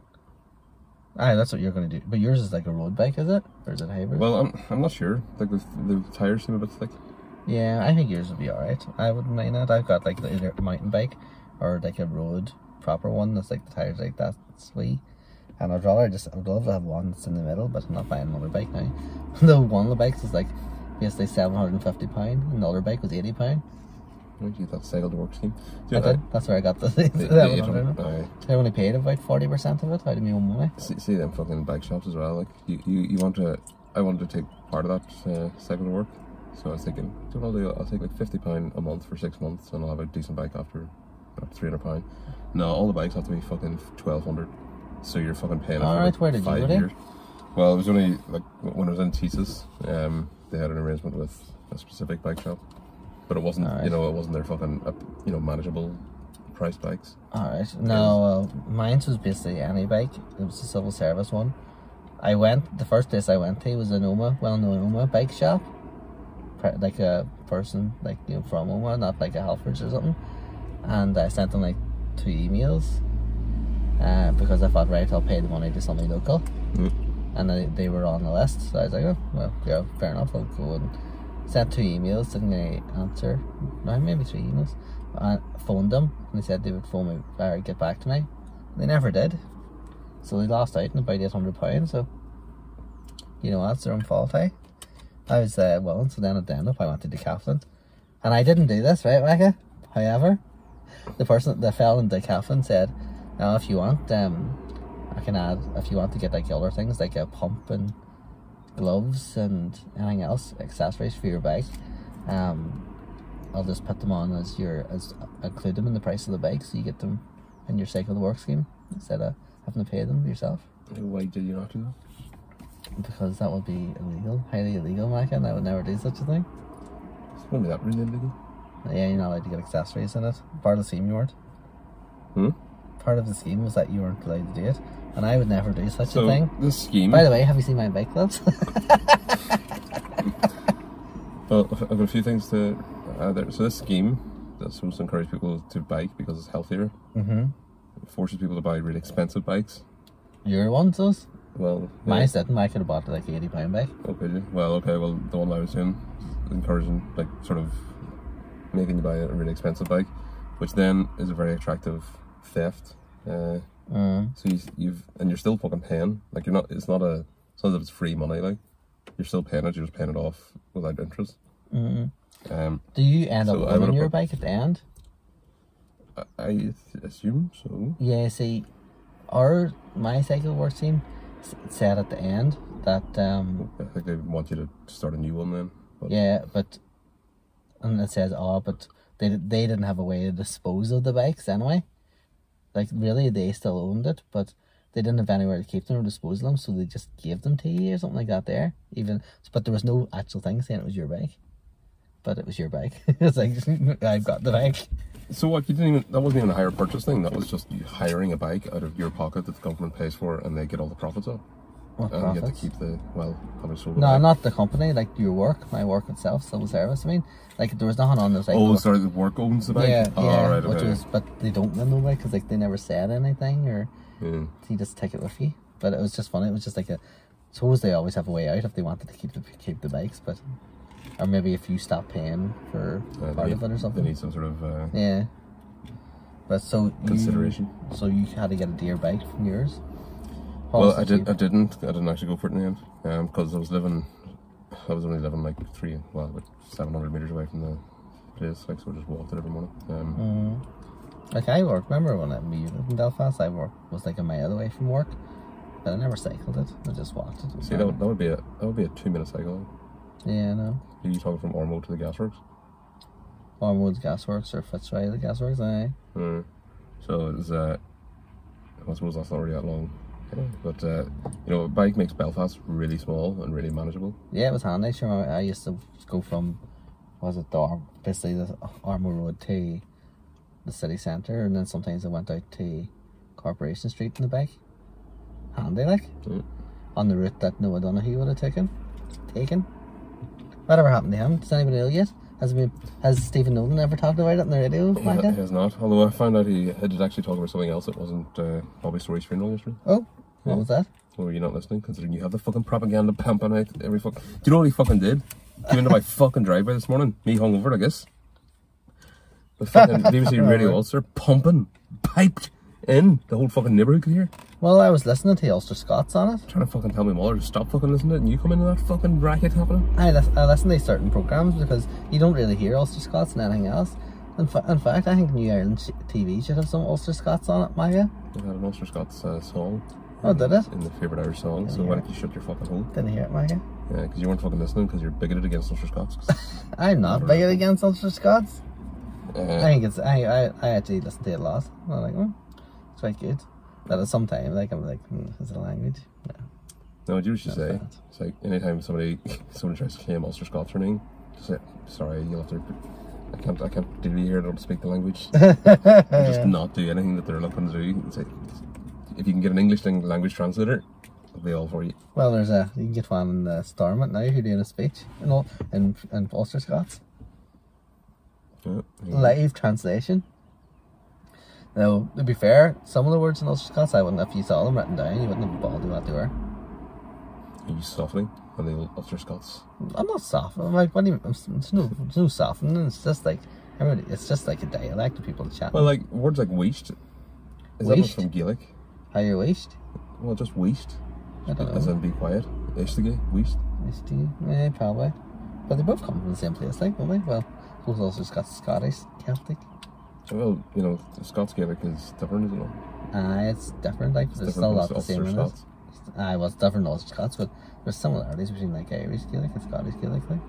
S2: Aye, that's what you're gonna do. But yours is like a road bike, is it? Or is it a hybrid?
S1: Well, I'm I'm not sure. Like the the tires seem a bit thick.
S2: yeah, I think yours would be alright. I wouldn't mind that. I've got like the either mountain bike or like a road proper one that's like the tires like that sweet. And I'd rather just I'd love to have one that's in the middle, but I'm not buying another bike now. Though one of the bikes is like basically seven hundred and fifty pound, and the other bike was eighty pound.
S1: I did that cycle to work scheme. Do
S2: I
S1: you know,
S2: did. That's where I got the, the,
S1: They,
S2: that
S1: they,
S2: was
S1: even-
S2: under-
S1: aye.
S2: I only paid about forty percent of it out of my own money.
S1: see, see them fucking bike shops as well. Like you, you, you want to. I wanted to take part of that uh, cycle to work, so I was thinking, do you know, what I'll do? I'll take like fifty pound a month for six months, and I'll have a decent bike after, three hundred pound. No, all the bikes have to be fucking twelve hundred, so you're fucking paying. it for,
S2: All right,
S1: like,
S2: where did you
S1: five
S2: go to?
S1: years. Well, it was only like when I was in thesis, um, they had an arrangement with a specific bike shop, but it wasn't,
S2: All right.
S1: you know, it wasn't their fucking, uh, you know, manageable price bikes.
S2: Alright, no, uh, mine's was basically any bike. It was a civil service one. I went, the first place I went to was an OMA, well known OMA bike shop. Pre- Like a person, like, you know, from OMA, not like a Halfords or something. And I sent them like two emails uh, because I thought, right, I'll pay the money to somebody local. And they, they were on the list, so I was like, oh, well, yeah, fair enough, I'll go and sent two emails, didn't they answer? No, maybe three emails. I phoned them and they said they would phone me or get back to me. They never did. So they lost out on about eight hundred pounds, so you know that's their own fault, eh? I was uh well so then at the end up I went to Decathlon. And I didn't do this, right, Becca? However, the person the fell in Decathlon said, Now if you want um I can add if you want to get like other things like a pump and gloves and anything else, accessories for your bike, um, I'll just put them on as your as include them in the price of the bike, so you get them in your cycle to work scheme instead of having to pay them yourself.
S1: Why did you not do that?
S2: Because that would be illegal, highly illegal, Mike, and I would never do such a thing.
S1: It's not that really illegal.
S2: Yeah, you're not allowed to get accessories in it. Part of the scheme you weren't.
S1: Hmm?
S2: Part of the scheme was that you weren't allowed to do it, and I would never do such
S1: So
S2: a thing.
S1: this scheme.
S2: By the way, have you seen my bike gloves?
S1: Well, I've I've got a few things to add there. So this scheme that's supposed to encourage people to bike because it's healthier.
S2: mm-hmm.
S1: It forces people to buy really expensive bikes.
S2: Your ones, those?
S1: Well, yeah.
S2: Mine didn't. I could have bought like eighty pound bike.
S1: Okay. yeah. Well, okay. Well, the one I was doing, encouraging like sort of making you buy a really expensive bike, which then is a very attractive theft. Uh,
S2: Mm.
S1: so you, you've and you're still fucking paying. Like you're not. It's not a. It's not that it's free money. Like you're still paying it. You're just paying it off without interest. Mm-hmm. Um,
S2: Do you end
S1: So I
S2: up
S1: would
S2: owning
S1: have
S2: your
S1: put-
S2: bike at the end?
S1: I, I assume so.
S2: Yeah, see, our my cycle work team s- said at the end that um
S1: I think they want you to start a new one then. But
S2: yeah, but and it says oh, but they di- they didn't have a way to dispose of the bikes anyway. Like really, they still owned it, but they didn't have anywhere to keep them or dispose of them, so they just gave them to you or something like that. There, even but there was no actual thing saying it was your bike, but it was your bike. it's like I've got the bike.
S1: So what? You didn't even. That wasn't even a hire purchase thing. That was just you hiring a bike out of your pocket that the government pays for, and they get all the profits out.
S2: What
S1: And Um, you have
S2: profits?
S1: to keep the well. Probably sold. the
S2: No,
S1: bike.
S2: not the company, like your work, my work itself, civil service. I mean, like there was nothing on this. Like,
S1: Oh,
S2: there-
S1: sorry. The work owns the bike.
S2: yeah,
S1: oh,
S2: yeah,
S1: right,
S2: which
S1: okay.
S2: was, but they don't win the way because like they never said anything or
S1: Yeah.
S2: they just take it with you. But it was just funny. It was just like a. Suppose they always have a way out if they wanted to keep the keep the bikes, but or maybe if you stop paying for
S1: Uh, they
S2: part
S1: need-
S2: of it or something.
S1: They need some sort of uh,
S2: Yeah. But so you-
S1: consideration.
S2: so you had to get a dear bike from yours. How
S1: Well,
S2: was
S1: I
S2: it
S1: did.
S2: cheap?
S1: um, I didn't. I didn't actually go for it in the end because I was living I was only living like three, well, about 700 meters away from the place, like, so I just walked it every morning. Um,
S2: Like I work. Remember when I moved in Belfast? I work was like a mile away from work, but I never cycled it. I just walked it. It was
S1: See, that
S2: fine.
S1: would, that would be a that would be a two minute cycle.
S2: Yeah, no.
S1: Are you talking from Ormo to the gasworks?
S2: Ormwood's Gasworks or Fitzroy the Gasworks. Aye.
S1: Mm. So it's uh, I suppose that's not really that long. Yeah. But uh, you know, a bike makes Belfast really small and really manageable.
S2: Yeah, it was handy. Sure, I used to go from was it the Ar- basically the Armour Road to the city centre, and then sometimes I went out to Corporation Street in the bike. Handy, like
S1: Yeah.
S2: on the route that Noah Donahue would have taken. Taken. Whatever happened to him? Does anybody know yet? Has been has Stephen Nolan ever talked about it on the radio?
S1: It
S2: Magda?
S1: has not. Although I found out he had to actually talk about something else that wasn't uh, Bobby Story's funeral yesterday.
S2: Oh, what was that?
S1: Or were you not listening? Considering you have the fucking propaganda pumping out every fuck. Do you know what he fucking did? Came into my fucking driveway this morning. Me hungover, I guess. The fucking BBC Radio Ulster pumping, piped in. The whole fucking neighbourhood could hear.
S2: Well, I was listening to Ulster Scots on it.
S1: trying to fucking tell my mother to stop fucking listening to it, and you come into that fucking racket happening.
S2: I, lis- I listen to certain programs because you don't really hear Ulster Scots and anything else. In, fa- in fact, I think New Ireland sh- TV should have some Ulster Scots on it, Maya.
S1: I had an Ulster Scots uh, song.
S2: Oh, did it?
S1: In the favourite Irish song, so why don't you shut your fucking hole?
S2: Didn't hear it, Maya.
S1: Yeah, because you weren't fucking listening because you're bigoted against Ulster Scots.
S2: I'm not bigoted against Ulster Scots. I
S1: Uh,
S2: think it's I, I, I actually listen to it a lot. I'm like, hmm, it's quite good. But at some time, like I'm like, hmm, is it a language? No.
S1: no, what you should say?
S2: bad.
S1: It's like anytime somebody someone tries to claim Ulster Scots or anything, just say, sorry, you'll have to. I can't, I can't really hear, I don't speak the language. And just not do anything that they're looking to do. It's like, if you can get an English lang- language translator, it'll be all for you.
S2: Well, there's a you can get one in the Stormont now. Who doing a speech in all in, in Ulster Scots?
S1: Yeah.
S2: live translation. Now, to be fair, some of the words in Ulster Scots, I wouldn't, if you saw them written down, you wouldn't have bothered what they were.
S1: You softening on the Ulster Scots.
S2: I'm not soft. I'm like, what do you, it's no, it's no softening. It's just like, everybody, it's just like a dialect of people chatting.
S1: Well, like words like weashed. Is that not
S2: Weashed?
S1: from Gaelic?
S2: How you wished?
S1: Well, just weashed.
S2: I don't
S1: As
S2: know.
S1: in be quiet. Ishtige, weashed.
S2: Wished you? Eh, probably. But they both come from the same place, like, don't they? Well, both Ulster Scots are Scottish, Celtic.
S1: Well, you know, the Scots Gaelic is different, isn't it?
S2: Uh, it's different, like, but
S1: It's
S2: there's still a lot
S1: different
S2: the
S1: from
S2: same
S1: Ulster
S2: in it.
S1: Scots.
S2: I was different Ulster Scots, but there's similarities between, like, Irish Gaelic and Scottish Gaelic, like.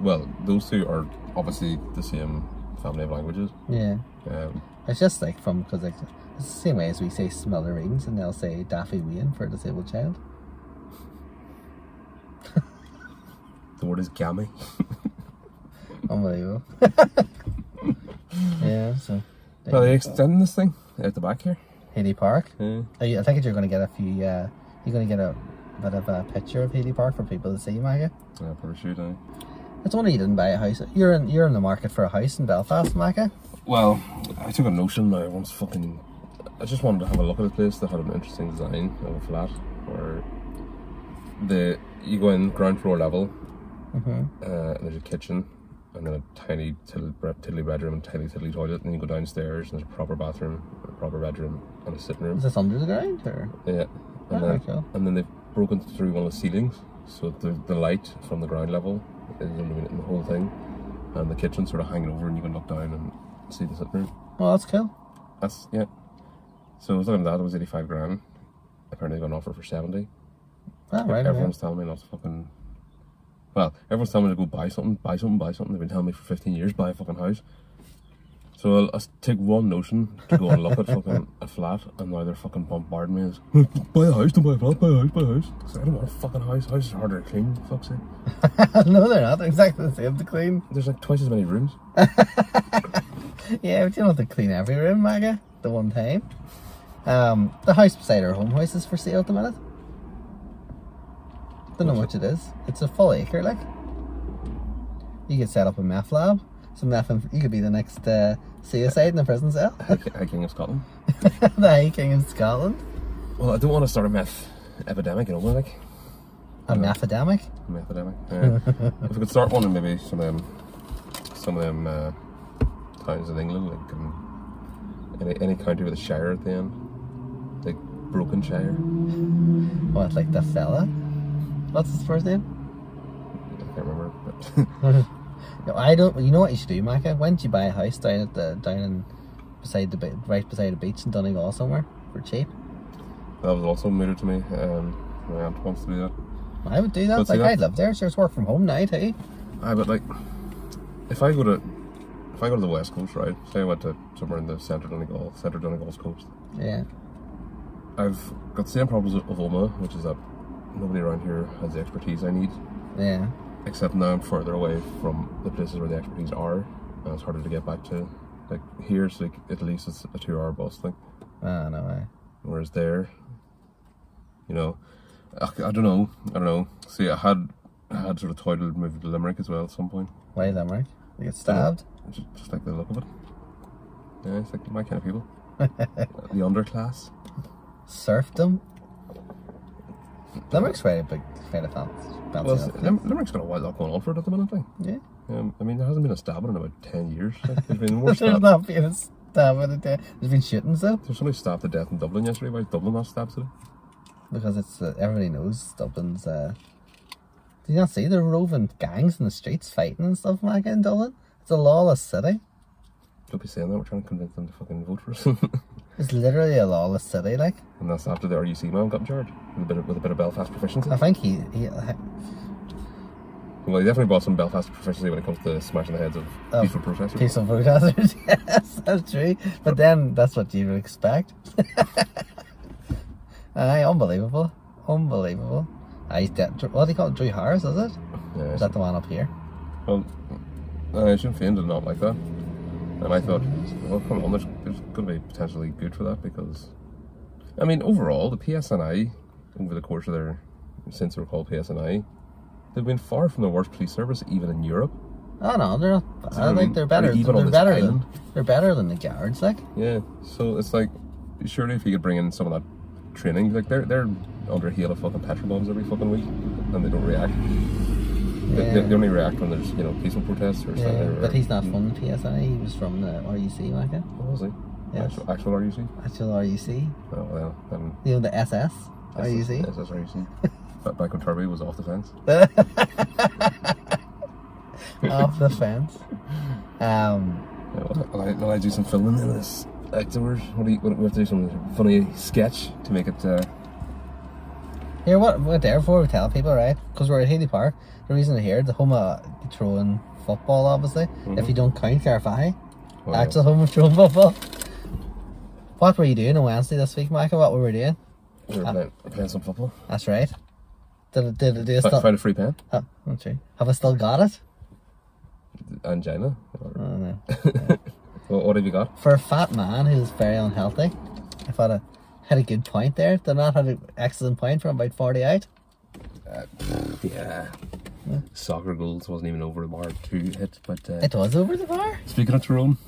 S1: Well, those two are obviously the same family of languages.
S2: Yeah.
S1: Um,
S2: It's just like from because like it's the same way as we say smithereens and they'll say Daffy Wayne for a disabled child.
S1: the word is gammy.
S2: Unbelievable. yeah, so
S1: Well, they extending this thing at the back here.
S2: Haiti Park.
S1: Yeah.
S2: Are you- I think you're going to get a few. Uh, you're going to get a bit of a picture of Haiti Park for people to see, Maggie.
S1: Yeah, probably should, eh?
S2: It's only you didn't buy a house. You're in you're in the market for a house in Belfast, Maggie.
S1: Well, I took a notion now. I once fucking. I just wanted to have a look at a place that had an interesting design of a flat where the you go in ground floor level,
S2: Mm-hmm.
S1: uh, and there's a kitchen, and then a tiny tiddly, bre- tiddly bedroom and tiny tiddly toilet, and then you go downstairs and there's a proper bathroom, a proper bedroom, and a sitting room.
S2: Is this under the ground or?
S1: Yeah, and,
S2: Ah,
S1: then,
S2: cool.
S1: and then they've broken through one of the ceilings, so the, the light from the ground level is illuminating the whole thing, and the kitchen sort of hanging over, and you can look down and see the sitting room.
S2: Well, that's cool.
S1: That's yeah. So I was looking at that. It was eighty-five grand. Apparently, got an offer for seventy.
S2: All right.
S1: Everyone's telling me not to fucking. Well, everyone's telling me to go buy something, buy something, buy something. They've been telling me for fifteen years buy a fucking house. So I'll, I'll take one notion to go and look at fucking a flat, and now they're fucking bombarding me as buy a house, don't buy a flat, buy a house, buy a house. 'Cause I don't want a fucking house. Houses are harder to clean. for Fuck's sake.
S2: yeah. no, they're not. They're exactly the same to clean.
S1: There's like twice as many rooms.
S2: Yeah, but you don't have to clean every room, Maggie. The one time. Um, the house beside our home house is for sale at the minute. Don't know what it is. It's a full acre, like. You could set up a meth lab. Some meth, inf- you could be the next uh, suicide in the prison cell.
S1: Hi, King of Scotland.
S2: the High King of Scotland.
S1: Well, I don't want to start a meth epidemic. You know, like.
S2: A methademic.
S1: Methademic. Yeah. Eh, if we could start one in maybe some of them, some of them uh, towns in England, like um, any any county with a shire at the end, like Brokenshire.
S2: Oh, What, like the fella? What's his first name?
S1: I can't remember. But
S2: No, I don't. You know what you should do, Maka? Why don't you buy a house down at the down in beside the be- right beside the beach in Donegal somewhere for cheap?
S1: that was also major to me. Um, my aunt wants to do that.
S2: I would do that.
S1: But see,
S2: like
S1: that's-
S2: I'd live there. So it's work from home now too.
S1: Aye, Ah, but like, if I go to, if I go to the west coast, right? Say I went to somewhere in the centre Donegal, centre Donegal's coast.
S2: Yeah.
S1: I've got the same problems of of Oma, which is that nobody around here has the expertise I need.
S2: Yeah.
S1: Except now I'm further away from the places where the expertise are, and it's harder to get back to. Like here's like at least it's a two-hour bus thing,
S2: Oh no way.
S1: whereas there, you know, I, I don't know, I don't know. See, I had I had sort of toyed with moving to Limerick as well at some point.
S2: Why Limerick? You get stabbed.
S1: Just, just like the look of it. Yeah, it's like my kind of people. the underclass.
S2: Serfdom. Limerick's quite a big quite a fan- fancy.
S1: Well,
S2: enough place.
S1: Lim- Limerick's got a wild lot going on for it at the minute, like.
S2: yeah.
S1: Um, I mean, there hasn't been a stabbing in about 10 years. Like, there's been more
S2: There's
S1: stab-
S2: not been a stab in the day. There's been shootings though
S1: There's somebody stabbed to death in Dublin yesterday. Why is Dublin not stabbed today?
S2: because it's uh, everybody knows Dublin's. uh Do you not see the roving gangs in the streets fighting and stuff, Maka, in Dublin? It's a lawless city.
S1: Don't be saying that. We're trying to convince them to fucking vote for us. and
S2: It's literally a lawless city, like.
S1: that's after the RUC man got in charge with a bit of, with a bit of Belfast proficiency.
S2: I think he, he
S1: Well, he definitely brought some Belfast proficiency when it comes to smashing the heads of
S2: Oh,
S1: peaceful protesters.
S2: peaceful protesters. yes, that's true. But then that's what you would expect. Aye, unbelievable, unbelievable. Aye, he's dead. What do you call it? Drew Harris, is it?
S1: Yeah,
S2: Is that the one up here?
S1: Well, uh, Sinn Féin did not like that. And I thought, well, come on, there's, there's going to be potentially good for that because, I mean, overall, the PSNI, over the course of their, since they were called PSNI, they've been far from the worst police service, even in Europe.
S2: Oh no, they're not. bad.
S1: So they're
S2: like
S1: in-
S2: they're better.
S1: they're even
S2: They're
S1: on this
S2: better
S1: island?
S2: than they're better than the guards. Like
S1: Yeah. So it's like, surely if you could bring in some of that training, like they're they're under heel of fucking petrol bombs every fucking week, and they don't react. They, they,
S2: Yeah.
S1: they only react when there's you know peaceful protests or something.
S2: yeah,
S1: or-
S2: but he's not from the PSI. He was from the RUC, like eh? it.
S1: What was he?
S2: Yes.
S1: Actual, actual RUC?
S2: Actual RUC.
S1: Oh well, then
S2: You know the SS. RUC.
S1: That's that's RUC. But back when Turby was off the fence.
S2: off the fence. Um,
S1: Yeah, well, I'll, I'll, do some filming in this afterwards. What do you, what, we have to do some funny sketch to make it. Uh,
S2: here, what we're there for, we tell people, right? Because we're at Healy Park. The reason we're here, the home of throwing football, obviously. If you don't count Carfai,
S1: well,
S2: actual home of throwing football. What were you doing on Wednesday this week, Michael? What were we doing?
S1: We're playing, we're playing some football.
S2: That's right. Did, did, did, did I
S1: F-
S2: still,
S1: Found a free pen.
S2: oh, that's right. Have I still got it?
S1: Angina. Or,
S2: Oh, no.
S1: what, what have you got?
S2: For a fat man who's very unhealthy, I thought I had a good point there. Did not have an excellent point from about 48.
S1: Uh, Yeah. Soccer goals wasn't even over the mark to hit, but uh, Uh-huh.
S2: It was over the bar.
S1: speaking of Tyrone,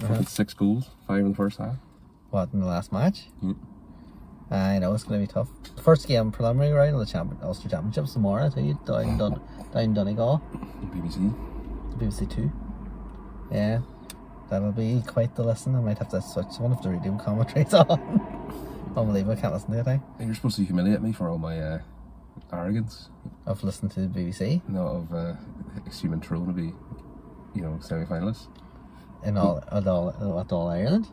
S1: fucking six goals, five in the first half.
S2: What in the last match?
S1: Mm.
S2: I know it's going to be tough. First game preliminary round of the champion, Ulster Championship tomorrow. I tell you,
S1: Mm.
S2: down Dun, down Donegal,
S1: The BBC.
S2: the BBC Two. Yeah, that'll be quite the listen. I might have to switch one of the radio commentaries on. Unbelievable! I can't listen to it. eh?
S1: You're supposed to humiliate me for all my uh, arrogance.
S2: I've listened to the BBC
S1: No, of uh, assuming Tyrone will be, you know, semi-finalists.
S2: in all at all at all Ireland.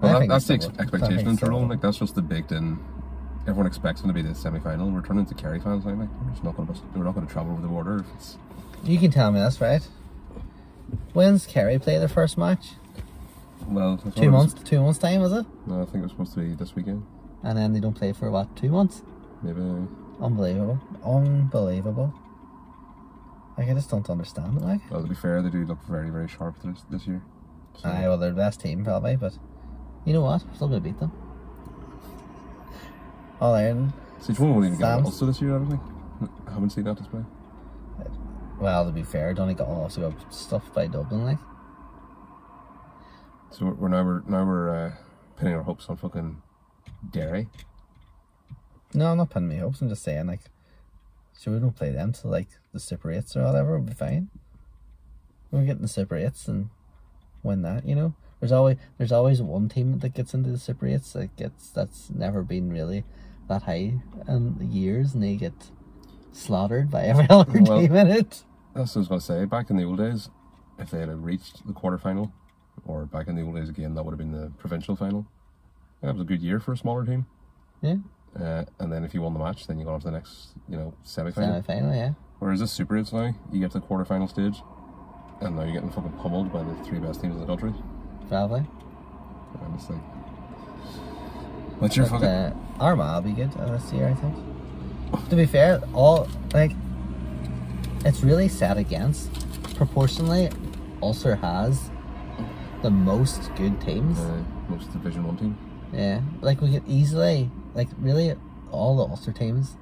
S1: Well,
S2: I
S1: that,
S2: think
S1: that's the
S2: it's
S1: ex-
S2: double- I
S1: expectation
S2: think
S1: in
S2: it's double.
S1: Tyrone. Like that's just the baked in. Everyone expects them to be the semi-final. We're turning into Kerry fans now. Like we're just not going to we're not going to travel over the border. If it's
S2: You can tell me that's right. When's Kerry play their first match?
S1: well, I thought it
S2: Two
S1: was-
S2: months. Two months time is it?
S1: No, I think it was supposed to be this weekend.
S2: And then they don't play for what? Two months.
S1: Maybe
S2: Unbelievable. Unbelievable. Like, I just don't understand it, like.
S1: well, to be fair, they do look very very sharp this this year. So,
S2: Aye, well, they're the best team, probably, but you know what? We're still going to beat them. All Ireland.
S1: see, Tyrone won't even get
S2: Sam's-
S1: also this year. I don't think. I haven't seen that display.
S2: Well, to be fair, Donegal also got stuffed by Dublin, like.
S1: So we're, we're now we're now we're uh, pinning our hopes on fucking Derry.
S2: No, I'm not pinning my hopes. I'm just saying, like, sure, we don't play them till, like, the Super 8s or whatever. We'll be fine. We'll get in the Super 8s and win that, you know? There's always there's always one team that gets into the Super 8s that gets, that's never been really that high in the years, and they get slaughtered by every other
S1: Well-
S2: team in it.
S1: That's what I was going to say. Back in the old days, if they had reached the quarterfinal, or back in the old days again, that would have been the provincial final. That was a good year for a smaller team.
S2: Yeah,
S1: Uh, and then if you won the match, then you got on to the next, you know, semi final.
S2: semi final. Yeah,
S1: Whereas this Super Eights now, you get to the quarterfinal stage, and now you're getting fucking pummeled by the three best teams in the country.
S2: probably.
S1: And it's like, what's your
S2: But
S1: fucking.
S2: uh, Armagh will be good uh, this year, I think. To be fair, all like it's really set against proportionally. Ulster has the most good teams.
S1: Uh, most Division 1 team.
S2: Yeah, like we could easily, like really, all the Ulster teams.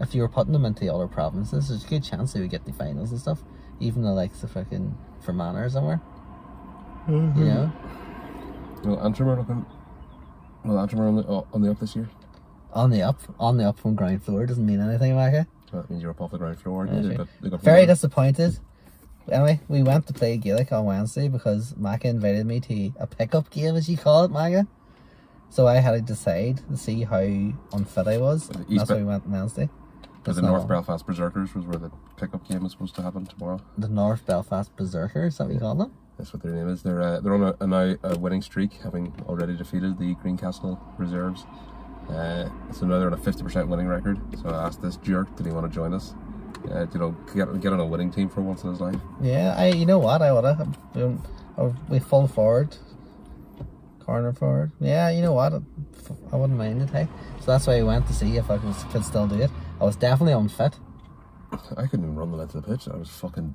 S2: If you were putting them into the other provinces, there's a good chance they would get the finals and stuff. Even the likes of fucking Fermanagh or somewhere. You know,
S1: Well, Antrim are looking. Well, Antrim are on the, uh, on the up this year.
S2: on the up, on the up from ground floor doesn't mean anything, Micah.
S1: That means you're up off the ground floor.
S2: Yeah,
S1: and they
S2: sure.
S1: got, they got
S2: Very
S1: promoted.
S2: disappointed. Anyway, we went to play Gaelic on Wednesday because Micah invited me to a pickup game, as you call it, Micah. So I had to decide to see how unfit I was.
S1: Was it East
S2: That's why
S1: Ba-
S2: we went Wednesday.
S1: But
S2: That's
S1: the
S2: not
S1: North
S2: all.
S1: Belfast Berserkers was where the pickup game was supposed to happen tomorrow.
S2: the North Belfast Berserkers, is that what you call them?
S1: That's what their name is. They're uh, they're on a, a now a winning streak, having already defeated the Greencastle Reserves. Uh, so now they're on a fifty percent winning record. So I asked this jerk, did he want to join us? Uh, you know, get, get on a winning team for once in his life.
S2: Yeah, I. You know what? I would have. We full forward, corner forward. Yeah, you know what? I wouldn't mind it. Hey, so that's why I went to see if I could, could still do it. I was definitely unfit.
S1: I couldn't even run the length of the pitch. I was fucking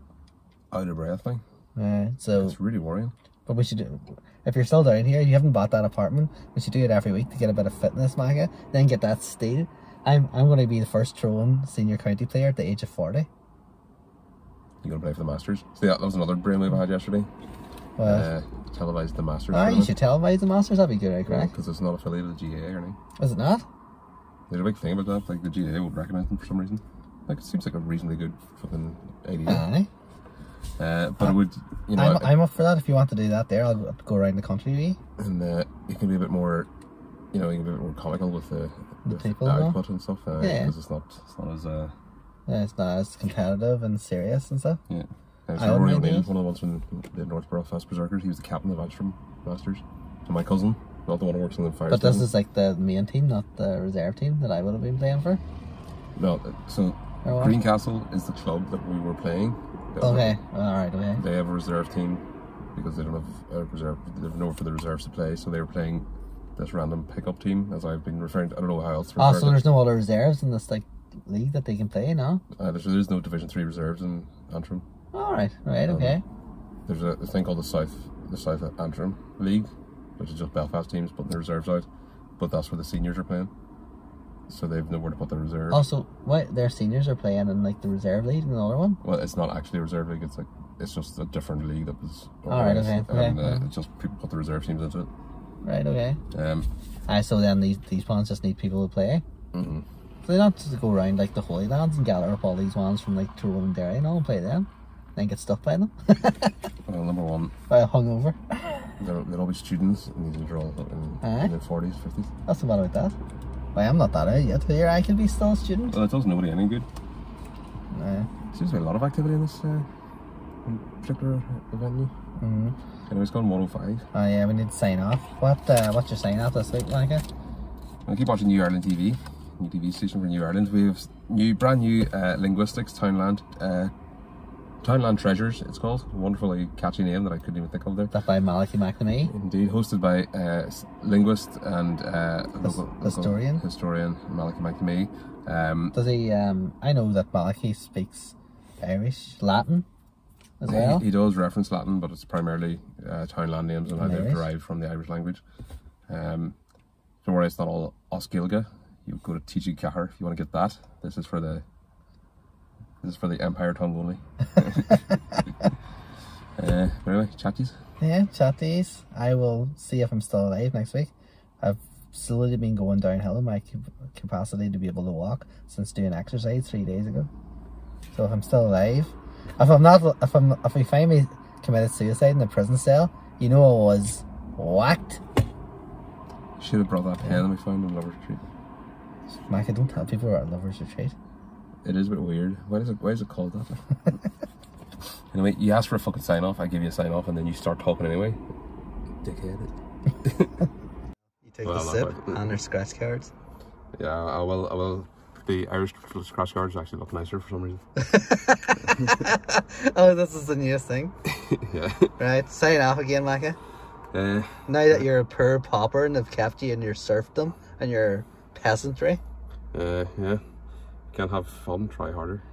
S1: out of breath. Thing.
S2: Uh, so,
S1: It's really worrying.
S2: but we should. do- If you're still down here, you haven't bought that apartment. We should do it every week to get a bit of fitness, Maga. Then get that steal. I'm. I'm going to be the first Tyrone senior county player at the age of forty.
S1: You gotta play for the Masters. So yeah, that was another brain move I had yesterday.
S2: Well,
S1: Uh, televised the Masters.
S2: ah, you should tell me the masters. That'd be good, right, Greg?
S1: because it's not affiliated with GA or anything.
S2: Is it not?
S1: There's a big thing about that, like the GA would recognise them for some reason. Like it seems like a reasonably good fucking idea.
S2: Aye.
S1: Uh, but it would, you know,
S2: Uh-huh. I'm,
S1: it-
S2: I'm up for that. If you want to do that, there, I'll go- go around the country. Wee.
S1: and uh, it can be a bit more, you know, you can be a bit more comical with the,
S2: The
S1: with
S2: people,
S1: the
S2: though.
S1: output and stuff. Uh,
S2: Yeah.
S1: because it's not, it's not as uh,
S2: Yeah, It's not as competitive and serious and stuff.
S1: yeah. Uh,
S2: I
S1: so Rory
S2: wouldn't mind
S1: O'Neill,
S2: it.
S1: one of the ones from the North Belfast Berserkers, he was the captain of Antrim Masters, and my cousin, not the one who works in the fire.
S2: But this
S1: station.
S2: is like the main team, not the reserve team that I would have been playing for.
S1: no. So
S2: Or what?
S1: Greencastle is the club that we were playing. That was-
S2: Okay, all right, okay.
S1: they have a reserve team because they don't have a reserve. They have nowhere for the reserves to play, so they were playing this random pickup team. As I've been referring, to, I don't know how else. to
S2: Oh,
S1: refer
S2: so
S1: to
S2: there's no other reserves in this like league that they can play, no?
S1: uh, there's, there's no Division Three reserves in Antrim.
S2: All right, all right, okay.
S1: There's a, a thing called the South, the South Antrim League, which is just Belfast teams putting their reserves out, but that's where the seniors are playing. So they've nowhere to put their reserves.
S2: Also, what their seniors are playing in like the reserve league and the other one.
S1: Well, it's not actually a reserve league. It's like it's just a different league that was.
S2: Alright, okay,
S1: organised,
S2: Oh, okay,
S1: And uh,
S2: yeah.
S1: it's just people put the reserve teams into it.
S2: Right, okay.
S1: Um,
S2: I so then these these ones just need people to play.
S1: Mhm.
S2: So they don't just go around like the Holy Lands and gather up all these ones from like Tyrone and Derry and all and play them, then get stuck by them.
S1: well, number one,
S2: Well, hungover.
S1: They'll, they'll all be students, and these are all in,
S2: Aye.
S1: in their 40s, 50s.
S2: What's the matter with that? Why, I'm not that out yet. Here, I could be still a student.
S1: Well, it does nobody any good.
S2: Uh,
S1: Seems to be a lot of activity in this uh, in particular event. though.
S2: mm.
S1: Anyway, it's gone 105.
S2: Oh yeah, we need to sign off. What uh, what's your sign off this week, Micah?
S1: I keep watching New Ireland TV, new TV station for New Ireland. We have s- new, brand new uh, linguistics, Townland, uh, Townland Treasures. It's called wonderfully catchy name that I couldn't even think of there.
S2: That by Malachi McNamee.
S1: Indeed, hosted by uh, s- linguist and uh, local- local
S2: historian?
S1: historian Malachy McNamee. Um,
S2: Does he? Um, I know that Malachi speaks Irish, Latin, as
S1: He-
S2: well.
S1: He, does reference Latin, but it's primarily uh, townland names and how they're
S2: Nice.
S1: derived from the Irish language. Um, so whereas it's not all Osgilga, you go to TG Cahar if you want to get that. This is for the this is for the Empire tongue only. uh, but anyway, chatties.
S2: Yeah, chatties. I will see if I'm still alive next week. I've slowly been going downhill in my cap- capacity to be able to walk since doing exercise three days ago. So if I'm still alive, if I'm not, if I'm, if we find me committed suicide in the prison cell, you know I was whacked.
S1: Should have brought that pen that we found in Lover's Tree.
S2: Mac, I don't tell people we're at lovers retreat.
S5: It is a bit weird. Why is it? Why is it called that? anyway, you ask for a fucking sign off. I give you a sign off, and then you start talking anyway. Dickhead.
S2: You take
S1: Well,
S2: the
S1: not
S2: sip
S1: quite.
S2: and there's scratch cards.
S1: Yeah, I will. I will. The Irish scratch cards actually look nicer for some reason.
S2: Oh, this is the newest thing.
S1: yeah.
S2: Right, sign off again, Micah.
S1: Uh,
S2: Now that you're a poor pauper and they've kept you in your serfdom and your peasantry,
S1: uh, yeah. Can't have fun. Try harder.